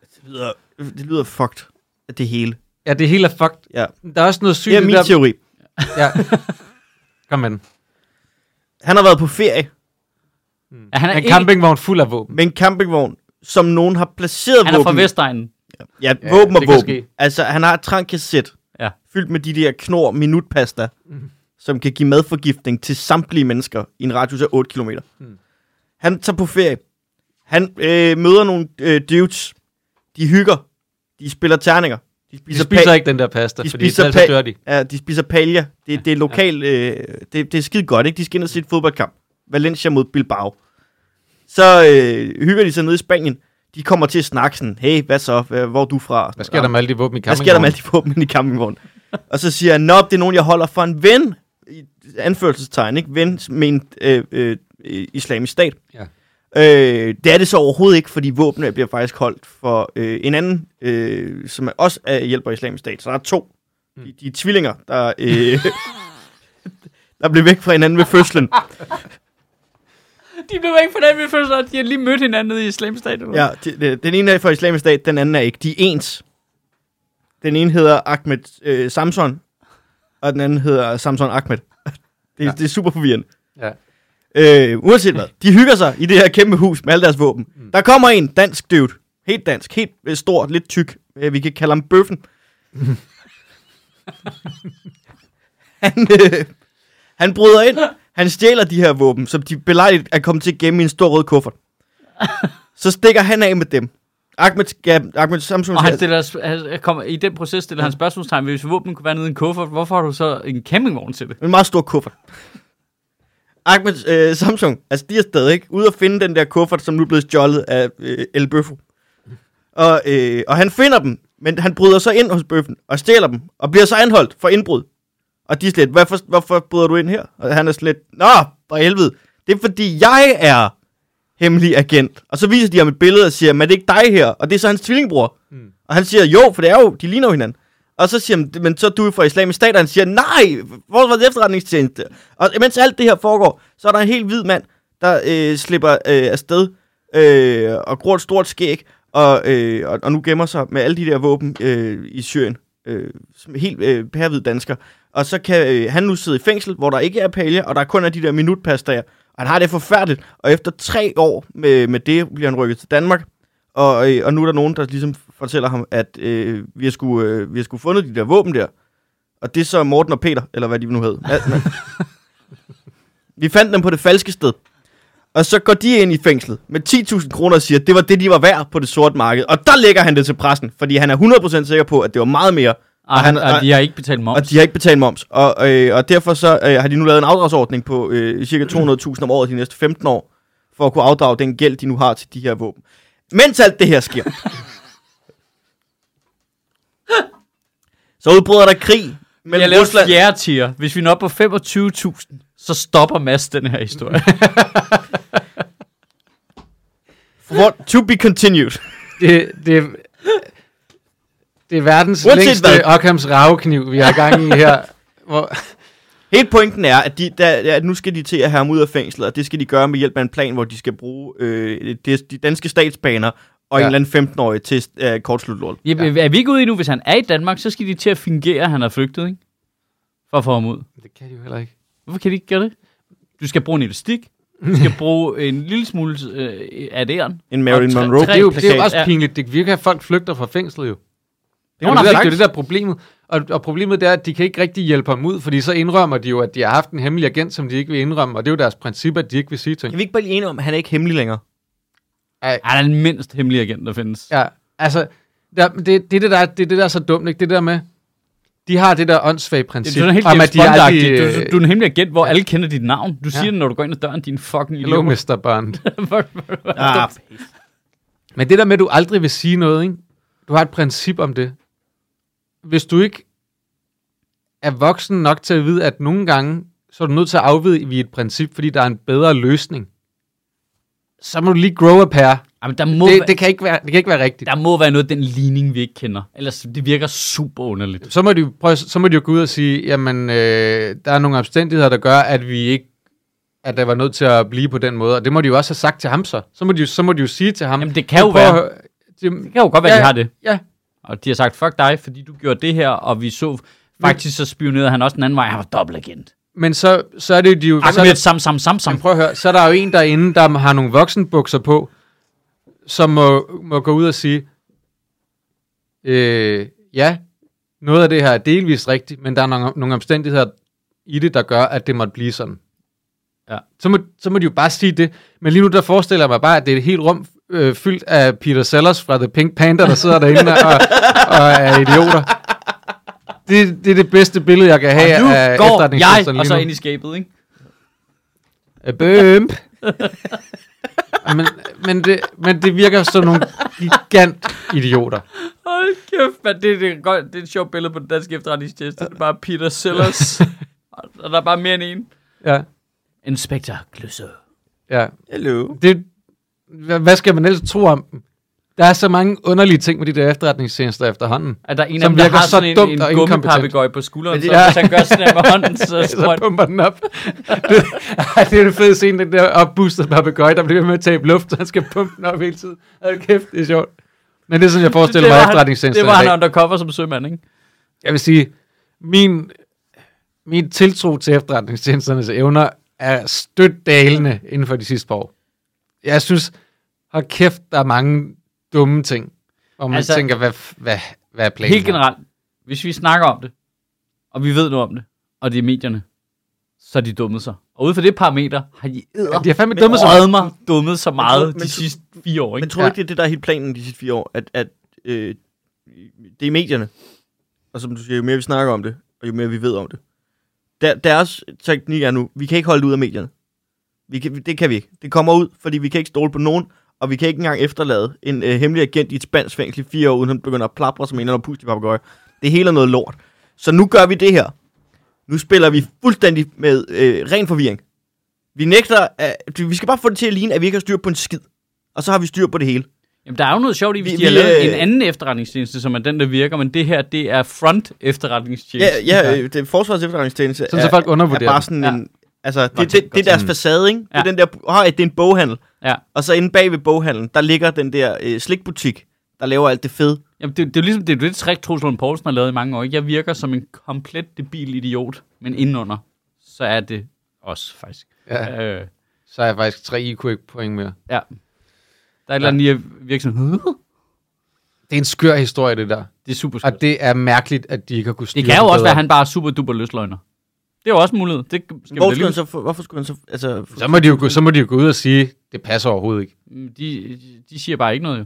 S3: Det lyder, det lyder fucked, det hele.
S1: Ja, det hele er fucked.
S3: Ja.
S1: Der er også noget sygt...
S3: Det er
S1: i
S3: min
S1: der,
S3: teori.
S1: ja. Kom med den.
S3: Han har været på ferie
S2: Ja, han er,
S1: En
S2: ikke,
S1: campingvogn fuld af våben.
S3: med en campingvogn, som nogen har placeret
S2: han er
S3: våben
S2: fra Vestegnen.
S3: Ja,
S1: Ja,
S3: våben
S1: det
S3: og
S1: kan
S3: våben.
S1: ske.
S3: Altså, han har et trankasset,
S2: Ja.
S3: fyldt med de der knor minutpasta, mm. som kan give madforgiftning til samtlige mennesker i en radius af 8 km. Mm.
S2: Hmm.
S1: Mm.
S3: Han tager på ferie. Han øh, møder nogle øh, dudes. De hygger. De spiller terninger. De
S1: De
S3: spiser,
S1: spiser
S3: pa-
S1: ikke den der pasta,
S3: de
S1: fordi
S3: spiser
S1: ellers så
S3: pa-
S1: dør de.
S3: Ja, de spiser palja. Det, det er lokal... Øh, det, det er skide godt, ikke? De skal ind og se et fodboldkamp. Valencia mod Bilbao. Så øh, hygger de sig nede i Spanien. De kommer til at snakke sådan, hey, hvad så? Hva- Hvor er du fra?
S1: Hvad sker der med alle de våben i
S3: Hvad
S1: campingvognen?
S3: sker der med alle de våben i campingvognen? og så siger han, nå, det er nogen, jeg holder for en ven. I anførselstegn, ikke? Ven med en øh, øh, islamisk stat.
S1: Ja.
S3: Øh, det er det så overhovedet ikke, fordi våbnene bliver faktisk holdt for øh, en anden, øh, som er også er hjælper islamisk stat. Så der er to. De, de er tvillinger, der, øh, der blev væk fra hinanden ved fødslen.
S2: De blev ikke for den ved første, de har lige mødt hinanden nede i Islamstat.
S3: Ja, de, de, den ene er fra islamisk stat, den anden er ikke. De er ens. Den ene hedder Ahmed øh, Samson, og den anden hedder Samson Ahmed. Det, ja. det er super forvirrende.
S1: Ja.
S3: Øh, uanset hvad, de hygger sig i det her kæmpe hus med alle deres våben. Mm. Der kommer en dansk dude, helt dansk, helt øh, stor, lidt tyk. Øh, vi kan kalde ham Bøffen. han, øh, han bryder ind, han stjæler de her våben, som de belejligt er kommet til at gemme i en stor rød kuffert. Så stikker han af med dem. Ahmed, ja, Ahmed Samson
S2: Og han
S3: siger-
S2: stiller, han kommer, i den proces stiller han spørgsmålstegn, hvis våben kunne være nede i en kuffert, hvorfor har du så en campingvogn til det?
S3: En meget stor kuffert. Ahmed øh, Samsung, altså de er stadig ikke ude at finde den der kuffert, som nu er blevet stjålet af øh, El Bøffo. Og, øh, og han finder dem, men han bryder så ind hos bøffen og stjæler dem, og bliver så anholdt for indbrud. Og de er slet, hvorfor, hvorfor bryder du ind her? Og han er slet, nå, for helvede, det er fordi jeg er hemmelig agent. Og så viser de ham et billede og siger, men er det ikke dig her? Og det er så hans tvillingbror. Mm. Og han siger, jo, for det er jo, de ligner jo hinanden. Og så siger han, men så er du jo fra islamisk stat, og han siger, nej, hvor var det efterretningstjeneste? Og mens alt det her foregår, så er der en helt hvid mand, der øh, slipper øh, afsted øh, og gror et stort skæg, og, øh, og, og nu gemmer sig med alle de der våben øh, i Syrien. Øh, som helt øh, pærvid dansker. Og så kan øh, han nu sidde i fængsel, hvor der ikke er paljer, og der kun er de der minutpas der. Og han har det forfærdeligt. Og efter tre år med, med det, bliver han rykket til Danmark. Og, øh, og nu er der nogen, der ligesom fortæller ham, at øh, vi, har sgu, øh, vi har sgu fundet de der våben der. Og det er så Morten og Peter, eller hvad de nu hed. Ja, men- vi fandt dem på det falske sted. Og så går de ind i fængslet med 10.000 kroner og siger, at det var det, de var værd på det sorte marked. Og der lægger han det til pressen, fordi han er 100% sikker på, at det var meget mere,
S2: Og, han,
S3: han-
S2: og de har ikke betalt moms.
S3: og de har ikke betalt moms. Og, øh, og derfor så øh, har de nu lavet en afdragsordning på øh, cirka 200.000 om året de næste 15 år, for at kunne afdrage den gæld, de nu har til de her våben. Mens alt det her sker, så udbryder der krig
S2: Men jeg
S3: mellem
S2: laver
S3: Rusland...
S2: fjerde tier. Hvis vi når op på 25.000, så stopper Mads den her historie.
S3: For, to be continued.
S1: Det, det, er- det er verdens
S3: Uanset
S1: længste
S3: hvad.
S1: Ockhams ravekniv, vi har gang i her. Hvor,
S3: Hele pointen er, at, de, der, at nu skal de til at have ham ud af fængslet, og det skal de gøre med hjælp af en plan, hvor de skal bruge øh, de, de danske statsbaner og
S1: Ja.
S3: ja. en eller anden 15-årig til øh, kortslutlort.
S2: Jamen, er vi ikke ude i nu? Hvis han er i Danmark, så skal de til at fingere, at han er flygtet, ikke? For at få ham ud.
S1: det kan de jo heller ikke.
S2: Hvorfor kan de ikke gøre det? Du skal bruge en elastik. Du skal bruge en lille smule øh, af det æren.
S3: En Marilyn
S2: Og tre-
S3: Monroe.
S2: tre-
S1: Det er jo, det er
S2: plakat,
S1: jo også
S2: ja.
S1: pinligt. Det virker, at folk flygter fra fængslet jo. Det,
S2: kan
S1: er det,
S2: man
S1: der,
S2: sagt.
S1: det er det der er problemet. Og, og problemet det er, at de kan ikke rigtig hjælpe ham ud, fordi så indrømmer de jo, at de har haft en hemmelig agent, som de ikke vil indrømme, og det er jo deres princip, at de ikke vil sige ting.
S3: Kan vi ikke bare lige enige om, at han er ikke hemmelig længere?
S2: Han er den mindst hemmelige agent, der findes.
S1: Ja, altså, der, det, det, er det, der, er- det er det, der er så dumt, ikke? Det der med, de har det der åndssvage
S2: Det,
S1: princip.
S2: det er sådan helt
S1: om,
S2: James
S1: at de aldrig, øh,
S2: Bond-agtigt. du, du, du er en hemmelig agent, hvor
S1: ja.
S2: alle kender dit navn. Du siger
S1: Ja.
S2: det, når du går ind ad døren, din fucking
S1: Hello,
S2: idiot.
S1: Mr. Bond.
S3: Ah,
S1: Men det der med, at du aldrig vil sige noget, ikke? Du har et princip om det. Hvis du ikke er voksen nok til at vide, at nogle gange, så er du nødt til at afvige et princip, fordi der er en bedre løsning. Så må du lige grow a pair.
S2: Jamen, der, må
S1: Det,
S2: være,
S1: det, kan, ikke være, det kan ikke være rigtigt.
S2: der må være noget af den ligning, vi ikke kender. Ellers det virker super underligt.
S1: Så må, de, jo prøve, så må de jo gå ud og sige, jamen, øh, der er nogle omstændigheder, der gør, at vi ikke at der var nødt til at blive på den måde. Og det må de jo også have sagt til ham så. Så må de, jo- så må de jo sige til ham.
S2: Jamen, det kan jo
S1: "Prøv at
S2: være.
S1: høre, Det,
S2: Det kan jo godt være, ja.
S1: Ja.
S2: de har det.
S1: ja,
S2: Og de har sagt, fuck dig, fordi du gjorde det her, og vi så faktisk så spionerede han også den anden vej, han var dobbeltagent.
S1: men så, så er det de jo... så er det-
S2: Ahmed, sam, sam, sam, sam.
S1: Men prøv at høre, så er der jo en derinde, der har nogle voksenbukser på, som må, må gå ud og sige, øh, ja, noget af det her er delvist rigtigt, men der er nogle, nogle omstændigheder i det, der gør, at det måtte blive sådan.
S2: Ja.
S1: Så, må, så må de jo bare sige det. Men lige nu, der forestiller jeg mig bare, at det er et helt rum øh, fyldt af Peter Sellers fra The Pink Panther, der sidder derinde og, og er idioter. Det, det er det bedste billede, jeg kan have
S2: nu
S1: af
S2: går
S1: efterretningstjenesterne
S2: jeg,
S1: øh, lige
S2: og så
S1: nu.
S2: ind i skabet, ikke?
S1: A bump. men, men, det, men det virker som nogle gigant idioter.
S2: Hold kæft, man, det, det, er godt, det er et sjovt billede på den danske efterretningstjeneste. Det er bare Peter Sellers, og der er bare mere end en.
S1: Ja,
S2: Inspektor Gløsø.
S1: ja.
S3: Hello.
S1: Det, hva- hvad skal man ellers tro om dem? Der er så mange underlige ting med de der efterretningstjenester efterhånden.
S2: At der er en af
S1: Som
S2: dem, der
S1: virker
S2: har
S1: så
S2: sådan
S1: dumt
S2: en,
S1: og
S2: en
S1: inkompetent.
S2: gummipapegøj på skulderen,
S3: Men
S2: så
S3: det-
S2: hvis han gør sådan her med hånden, så
S1: Så
S2: sprøjter
S1: pumper den op. Det, ej, det er det fede scene, den der opboostede papegøje, der bliver ved med at tabe luft, så han skal pumpe den op hele tiden. Hold kæft, det er sjovt. Men det er sådan, jeg forestiller mig
S2: det
S1: efterretningstjenester
S2: var han undercover som sømand, ikke?
S1: jeg vil sige, min, min tiltro til efterretningstjenesternes evner er stødt dalende inden for de sidste par år. Jeg synes, hold kæft, der er mange dumme ting, hvor man
S2: Altså,
S1: altså, tænker, hvad, f- hvad, hvad er planen?
S2: Helt
S1: her?
S2: generelt, hvis vi snakker om det, og vi ved noget om det, og det er medierne, så er de dummet sig. Og ud fra det parameter har de
S1: Ja,
S2: æder
S1: de har fandme
S3: Men-
S1: dumme sig.
S2: dummet mig dummet så meget
S3: men-
S2: de sidste fire år,
S3: Men
S2: ikke?
S3: tror du
S1: Ja.
S3: ikke, det er det, der er helt planen de sidste fire år? At, at øh, det er medierne. Og som du siger, jo mere vi snakker om det, og jo mere vi ved om det. Der, deres teknik er nu, vi kan ikke holde det ud af medierne. Vi kan, det kan vi ikke. Det kommer ud, fordi vi kan ikke stole på nogen, og vi kan ikke engang efterlade en øh, hemmelig agent i et spansk fængsel i fire år, uden han begynder at plapre som en eller anden pustig papegøje. Det hele er noget lort. Så nu gør vi det her. Nu spiller vi fuldstændig med øh, ren forvirring. Vi nægter, at, vi skal bare få det til at ligne, at vi ikke har styr på en skid og så har vi styr på det hele.
S2: Jamen, der er jo noget sjovt i, hvis
S3: Vi-
S2: de har
S3: vi,
S2: lavet
S3: øh,
S2: en anden efterretningstjeneste, som er den, der virker, men det her, det er front
S3: Ja,
S2: efterretningstjeneste.
S3: ja øh, det er Forsvarets Efterretningstjeneste
S1: Sådan, så folk
S3: er, er
S1: undervurderer
S3: bare
S1: det.
S3: sådan
S2: Ja.
S3: ja. en... Altså, det,
S2: det
S3: det,
S2: kan
S3: det,
S2: godt
S3: er deres
S1: se.
S3: facade, ikke? Ja.
S2: Ja.
S3: Det er den der, åh, det er en boghandel.
S2: Ja.
S3: Og så inde bag ved boghandelen, der ligger den der øh, slikbutik, der laver alt det fede.
S2: Jamen, det, det er jo ligesom det, er jo det trick, Troels Lund Poulsen har lavet i mange år. ikke? Jeg virker som en komplet debil idiot, men indenunder, så er det også faktisk.
S1: Ja,
S2: Ja. Øh,
S1: så har jeg faktisk tre IQ-point mere.
S2: ja. Der er et eller andet i øh, at virke sådan, "Huh?"
S1: Det er en skør historie, det der.
S2: det er super skørt.
S1: Og det er mærkeligt, at de ikke har kunnet styre
S2: Det kan jo også
S1: bedre.
S2: være, at han bare er super duper løsløgner. Det er jo også en mulighed. Det skal vi da
S3: Hvor skulle
S2: lige...
S3: han så, få- hvorfor skulle han så... Altså, få-
S1: Så må, de jo, gå- så må de jo gå ud og sige, det passer overhovedet ikke.
S2: Mm, De, de siger bare ikke noget, jo.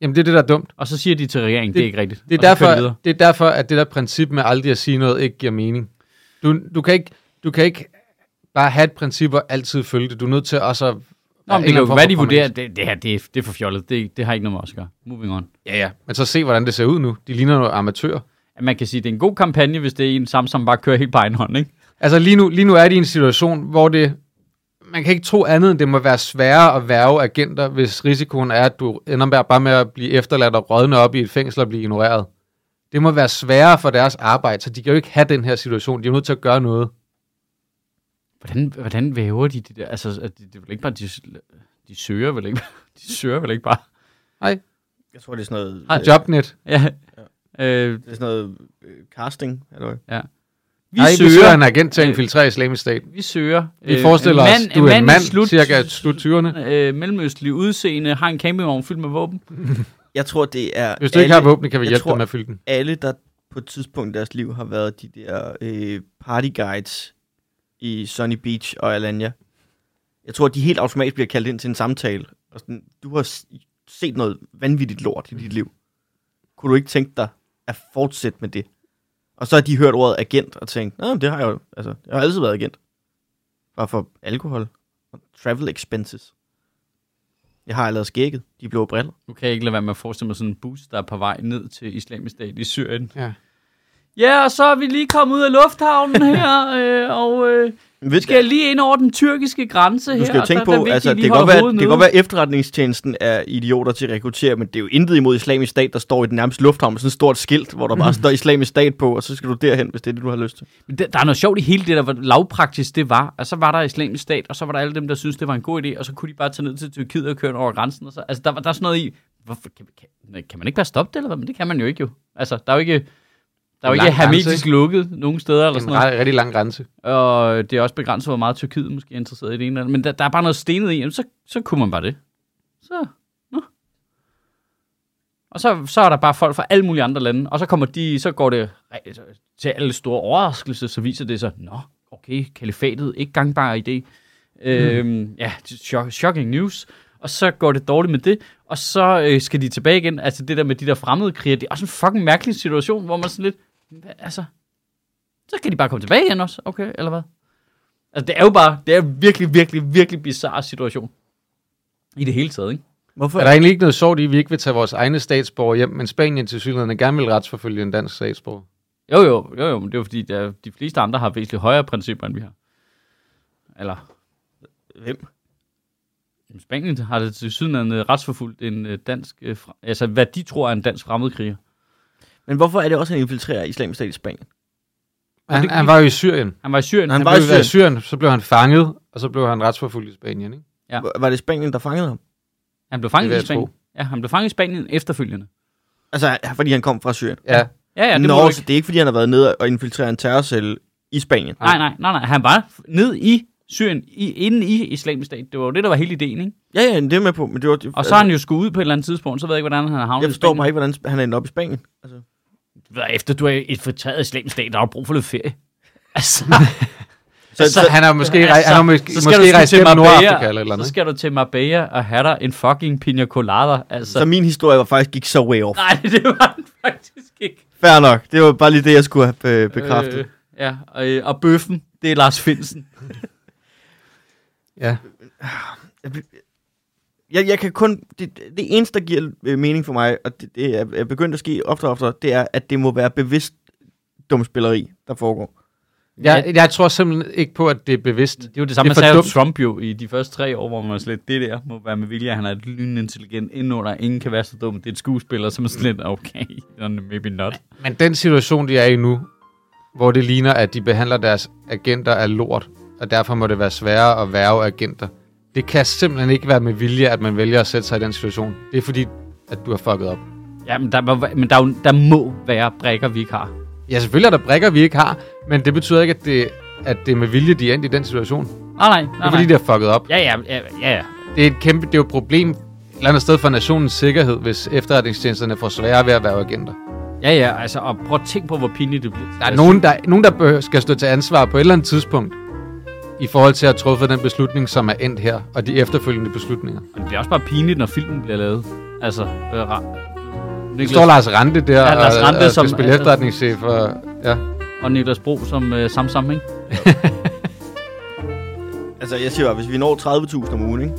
S1: Jamen, det er det, der er dumt.
S2: Og så siger de til regeringen, det, det er ikke rigtigt.
S1: Det er,
S2: Og så kører de
S1: derfor,
S2: videre.
S1: det er derfor, at det der princip med aldrig at sige noget, ikke giver mening. Du, du, kan, ikke, du kan ikke bare have et princip og altid følge det. Du er nødt til også at...
S2: Nå, men
S1: en
S2: det kan
S1: eller
S2: jo
S1: anden form
S2: være, de
S1: for
S2: vurderer,
S1: kommentar.
S2: at det, det her, det er, det er for fjollet. Det, det har ikke noget med os at gøre. Moving on.
S1: Ja, ja. Men så se, hvordan det ser ud nu. De ligner nogle amatører.
S2: At man kan sige, det er en god kampagne, hvis det er en samme, som bare kører helt på egen hånd, ikke?
S1: Altså lige nu, lige nu er de i en situation, hvor det... Man kan ikke tro andet, end det må være sværere at værve agenter, hvis risikoen er, at du ender med- bare med at blive efterladt og rådne op i et fængsel og blive ignoreret. Det må være sværere for deres arbejde, så de kan jo ikke have den her situation. De er nødt til at gøre noget.
S2: Hvordan, hvordan væver de det der? Altså, at det, det er vel ikke bare, de, de søger vel ikke De søger vel ikke bare?
S3: Jeg tror, det er sådan noget...
S1: Har
S3: øh,
S1: Jobnet.
S2: Ja. Øh,
S3: Det er sådan noget øh, casting, eller hvad?
S2: vi,
S1: Vi Nej, søger. vi søger en agent til at
S2: Øh,
S1: infiltrere islamisk stat.
S2: Vi søger.
S1: Vi
S2: øh,
S1: forestiller
S2: en
S1: os, du er en
S2: i
S1: mand,
S2: slut-
S1: cirka slut 20'erne.
S2: øh, mellemøstlig udseende, har en campingvogn fyldt med våben.
S3: Jeg tror, det er...
S1: Hvis du ikke
S3: alle-
S1: har våben, kan vi
S3: jeg
S1: hjælpe
S3: tror-
S1: dig med at fylde den.
S3: alle, der på et tidspunkt i deres liv har været de der øh, partyguides i Sunny Beach og Alanya. Jeg tror, de helt automatisk bliver kaldt ind til en samtale. Og sådan, du har s- set noget vanvittigt lort i dit liv. Kunne du ikke tænke dig at fortsætte med det? Og så har de hørt ordet agent og tænkt, Nå, men det har jeg jo, altså, jeg har altid været agent. Bare for alkohol og travel expenses. Jeg har allerede skægget, de blå briller.
S2: Nu kan jeg ikke lade være med at forestille mig sådan en bus, der er på vej ned til islamisk stat i Syrien.
S1: Ja.
S2: Ja, og så er vi lige kommet ud af lufthavnen her, øh, og øh,
S3: Men ved-
S2: skal jeg lige ind over den tyrkiske grænse her.
S3: Du skal jo
S2: og
S3: tænke
S2: der, der er
S3: på,
S2: vigtigt,
S3: altså,
S2: at I
S3: det kan,
S2: holder
S3: godt være,
S2: hovedet
S3: det kan
S2: nede.
S3: godt være, at efterretningstjenesten er idioter til at rekruttere, men det er jo intet imod islamisk stat, der står i den nærmeste lufthavn med sådan et stort skilt, hvor der bare står islamisk stat på, og så skal du derhen, hvis det er det, du har lyst til.
S2: Men Der, der er noget sjovt i hele det der, hvor lavpraktisk det var. Og så var der islamisk stat, og så var der alle dem, der syntes, det var en god idé, og så kunne de bare tage ned til Tyrkiet og køre over grænsen. Og så, altså, der, var- der er sådan noget i, hvorfor, kan, kan, kan man ikke bare stoppe det, eller hvad? Men det kan man jo ikke jo. Altså, der er jo ikke, der er jo
S1: En
S2: ikke
S1: lang grænse,
S2: hermetisk lukket nogen steder, eller
S1: Det er
S2: sådan
S1: en
S2: noget.
S1: ret, rigtig lang grænse.
S2: Og det er også begrænset, hvor meget Tyrkiet måske er interesseret i det ene eller andet. Men der, der er bare noget stenet i, jamen, så, så kunne man bare det. Så, nå. Og så, så er der bare folk fra alle mulige andre lande, og så kommer de, så går det re- altså, til alle store overraskelser, så viser det sig, nå, okay, kalifatet, ikke gangbar idé. Mm. Øhm, ja, chok, shocking news. Og så går det dårligt med det, og så øh, skal de tilbage igen. Altså det der med de der fremmede kriger, det er også en fucking mærkelig situation, hvor man sådan lidt, hvad, altså, så kan de bare komme tilbage igen også, okay, eller hvad? Altså, det er jo bare, det er virkelig, virkelig, virkelig bizarre situation. I det hele taget, ikke?
S3: Hvorfor?
S1: Er der egentlig ikke noget sjovt i, at vi ikke vil tage vores egne statsborger hjem, men Spanien til synligheden gerne vil retsforfølge en dansk statsborger?
S2: Jo, jo, jo, jo, men det er jo fordi, der, de fleste andre har væsentligt højere principper, end vi har. Eller,
S3: Hvem?
S2: jamen, Spanien har det til siden en retsforfulgt en øh, dansk, øh, fra, altså hvad de tror er en dansk fremmedkriger.
S3: Men hvorfor er det også, at han infiltrerer islamisk stat i Spanien?
S1: Han,
S2: det-
S1: han var jo i Syrien.
S2: Han var i Syrien.
S3: Han
S1: Han
S3: var
S1: blev
S3: i Syrien.
S1: i Syrien, så blev han fanget, og så blev han retsforfulgt i Spanien, ikke?
S2: Ja.
S3: Var- Var det Spanien, der fangede ham?
S2: han blev
S1: Det
S2: fanget
S1: vil
S2: i
S1: jeg
S2: Spanien. Ja, han blev fanget i Spanien efterfølgende.
S3: Altså, fordi han kom fra Syrien.
S1: Ja.
S2: Ja, ja, det
S3: Nå,
S2: må du
S3: så
S2: ikke.
S3: det er ikke, fordi han har været nede og infiltreret en terrorcelle i Spanien.
S2: Nej, nej, nej, nej. Han var f- ned i Syrien, i, inden i islamisk stat. Det var jo det, der var hele ideen, ikke?
S3: Ja, ja, det er jeg med på, men det var...
S2: Og så er han jo skudt ud på et eller andet tidspunkt, så ved jeg ikke, hvordan han har havnet
S3: Jeg
S2: i
S3: forstår
S2: Spanien.
S3: bare ikke, hvordan han endte op i Spanien. Altså,
S2: Hvad, Efter du er infiltreret islamisk stat, der er jo brug for lidt ferie. Altså,
S3: så, så,
S1: Så han har måske, rej, han har måske,
S2: så skal du
S1: måske
S2: sgu
S1: rejst
S2: til
S1: hjem til Nordafrika
S2: Marbella,
S1: eller et eller
S2: så
S1: andet.
S2: skal du til Marbella og have dig en fucking pina colada. Altså,
S3: så min historie var faktisk ikke så way off.
S2: nej, det var den faktisk ikke.
S3: Fair nok. Det var bare lige det, jeg skulle have øh, bekræftet.
S2: Øh, ja, og, øh, og bøffen, det er Lars Finsen.
S1: ikke? Ja.
S3: jeg, jeg kan kun, det, det eneste, der giver øh, mening for mig, og det, det er, er begyndt at ske oftere og oftere, det er, at det må være bevidst dumspilleri, der foregår.
S1: Jeg, jeg tror simpelthen ikke på, at det er bevidst.
S2: Det er jo det samme,
S1: Det er
S2: man
S1: for
S2: sagde om
S1: dumt.
S2: Trump jo i de første tre år, hvor man var slet, det der må være med vilje, han er et lynintelligent indenunder, ingen kan være så dum, det er et skuespiller, som er sådan lidt, okay, maybe not.
S1: Men den situation, de er i nu, hvor det ligner, at de behandler deres agenter af lort, og derfor må det være sværere at værve agenter. Det kan simpelthen ikke være med vilje, at man vælger at sætte sig i den situation. Det er fordi, at du har fucket op.
S2: Ja, men der, må- men der, er jo- der må være brækker, vi ikke har. Ah,
S1: Ja, selvfølgelig er der brækker, vi ikke har, men det betyder ikke, at det, at det er med vilje, de er endt i den situation. Det er
S2: Nej, nej, nej.
S1: fordi,
S2: nej.
S1: de har fucket op.
S2: Ja, ja, ja, ja, ja.
S1: Det er et kæmpe, det er jo et problem et eller andet sted for nationens sikkerhed, hvis efterretningstjenesterne får sværere ved at være agenter.
S2: Ja, ja, altså, og prøv at tænke på, hvor pinligt det bliver. Altså,
S1: Der er nogen, der, nogen, der behøver- skal stå til ansvar på et eller andet tidspunkt i forhold til at have truffet den beslutning, som er endt her, og de efterfølgende beslutninger.
S2: Men det er også bare pinligt, når filmen bliver lavet. Altså, øh, ra-
S1: Det
S2: Niklas,
S1: står Lars Rante der,
S2: Ja, Lars
S1: og,
S2: Ranthe
S1: og,
S2: som-
S1: skal spille efterretningschef. Og, ja.
S2: og Niklas Bro som øh, Samsam, ikke?
S3: Altså, jeg siger bare, hvis vi når 30.000 om ugen, ikke?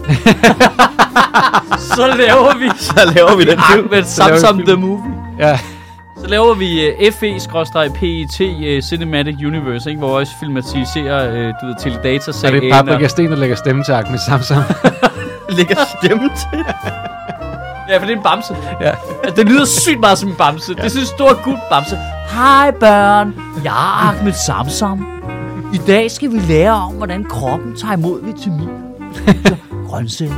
S2: Så laver vi
S3: så laver vi den film.
S2: med Samsam The Movie.
S1: ja.
S2: Så laver vi uh, FE-PET uh, Cinematic Universe, ikke? hvor også filmatiserer, uh, du ved, teledata
S1: Så det er Paprika Sten, der lægger stemme til Ahmed Samsam.
S3: Lægger stemme til.
S2: Ja, for det er en bamse.
S1: ja.
S2: Altså, det lyder sygt meget som en bamse. Ja. Det er sådan en stor gul bamse. Hej børn, jeg er Ahmed Samsam. I dag skal vi lære om, hvordan kroppen tager imod vitaminer. Grøntsager.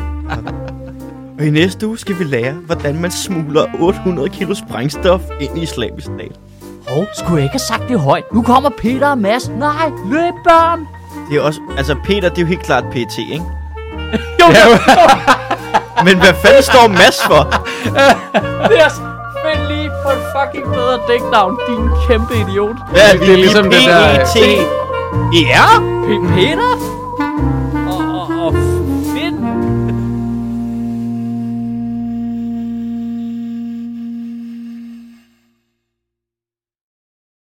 S3: Og i næste uge skal vi lære, hvordan man smugler 800 kilo sprængstof ind i islamisk stat.
S2: Hov, skulle jeg ikke have sagt det højt? Nu kommer Peter og Mads. Nej, løb børn.
S3: Det er også... Altså, Peter, det er jo helt klart PT, ikke?
S2: Jo, ja.
S3: Men hvad fanden står Mads for?
S2: det er s- Find lige på et fucking bedre dæknavn, din kæmpe idiot.
S3: Ja, E
S1: Det er ligesom det der-
S3: PET. Ja?
S2: P- Peter?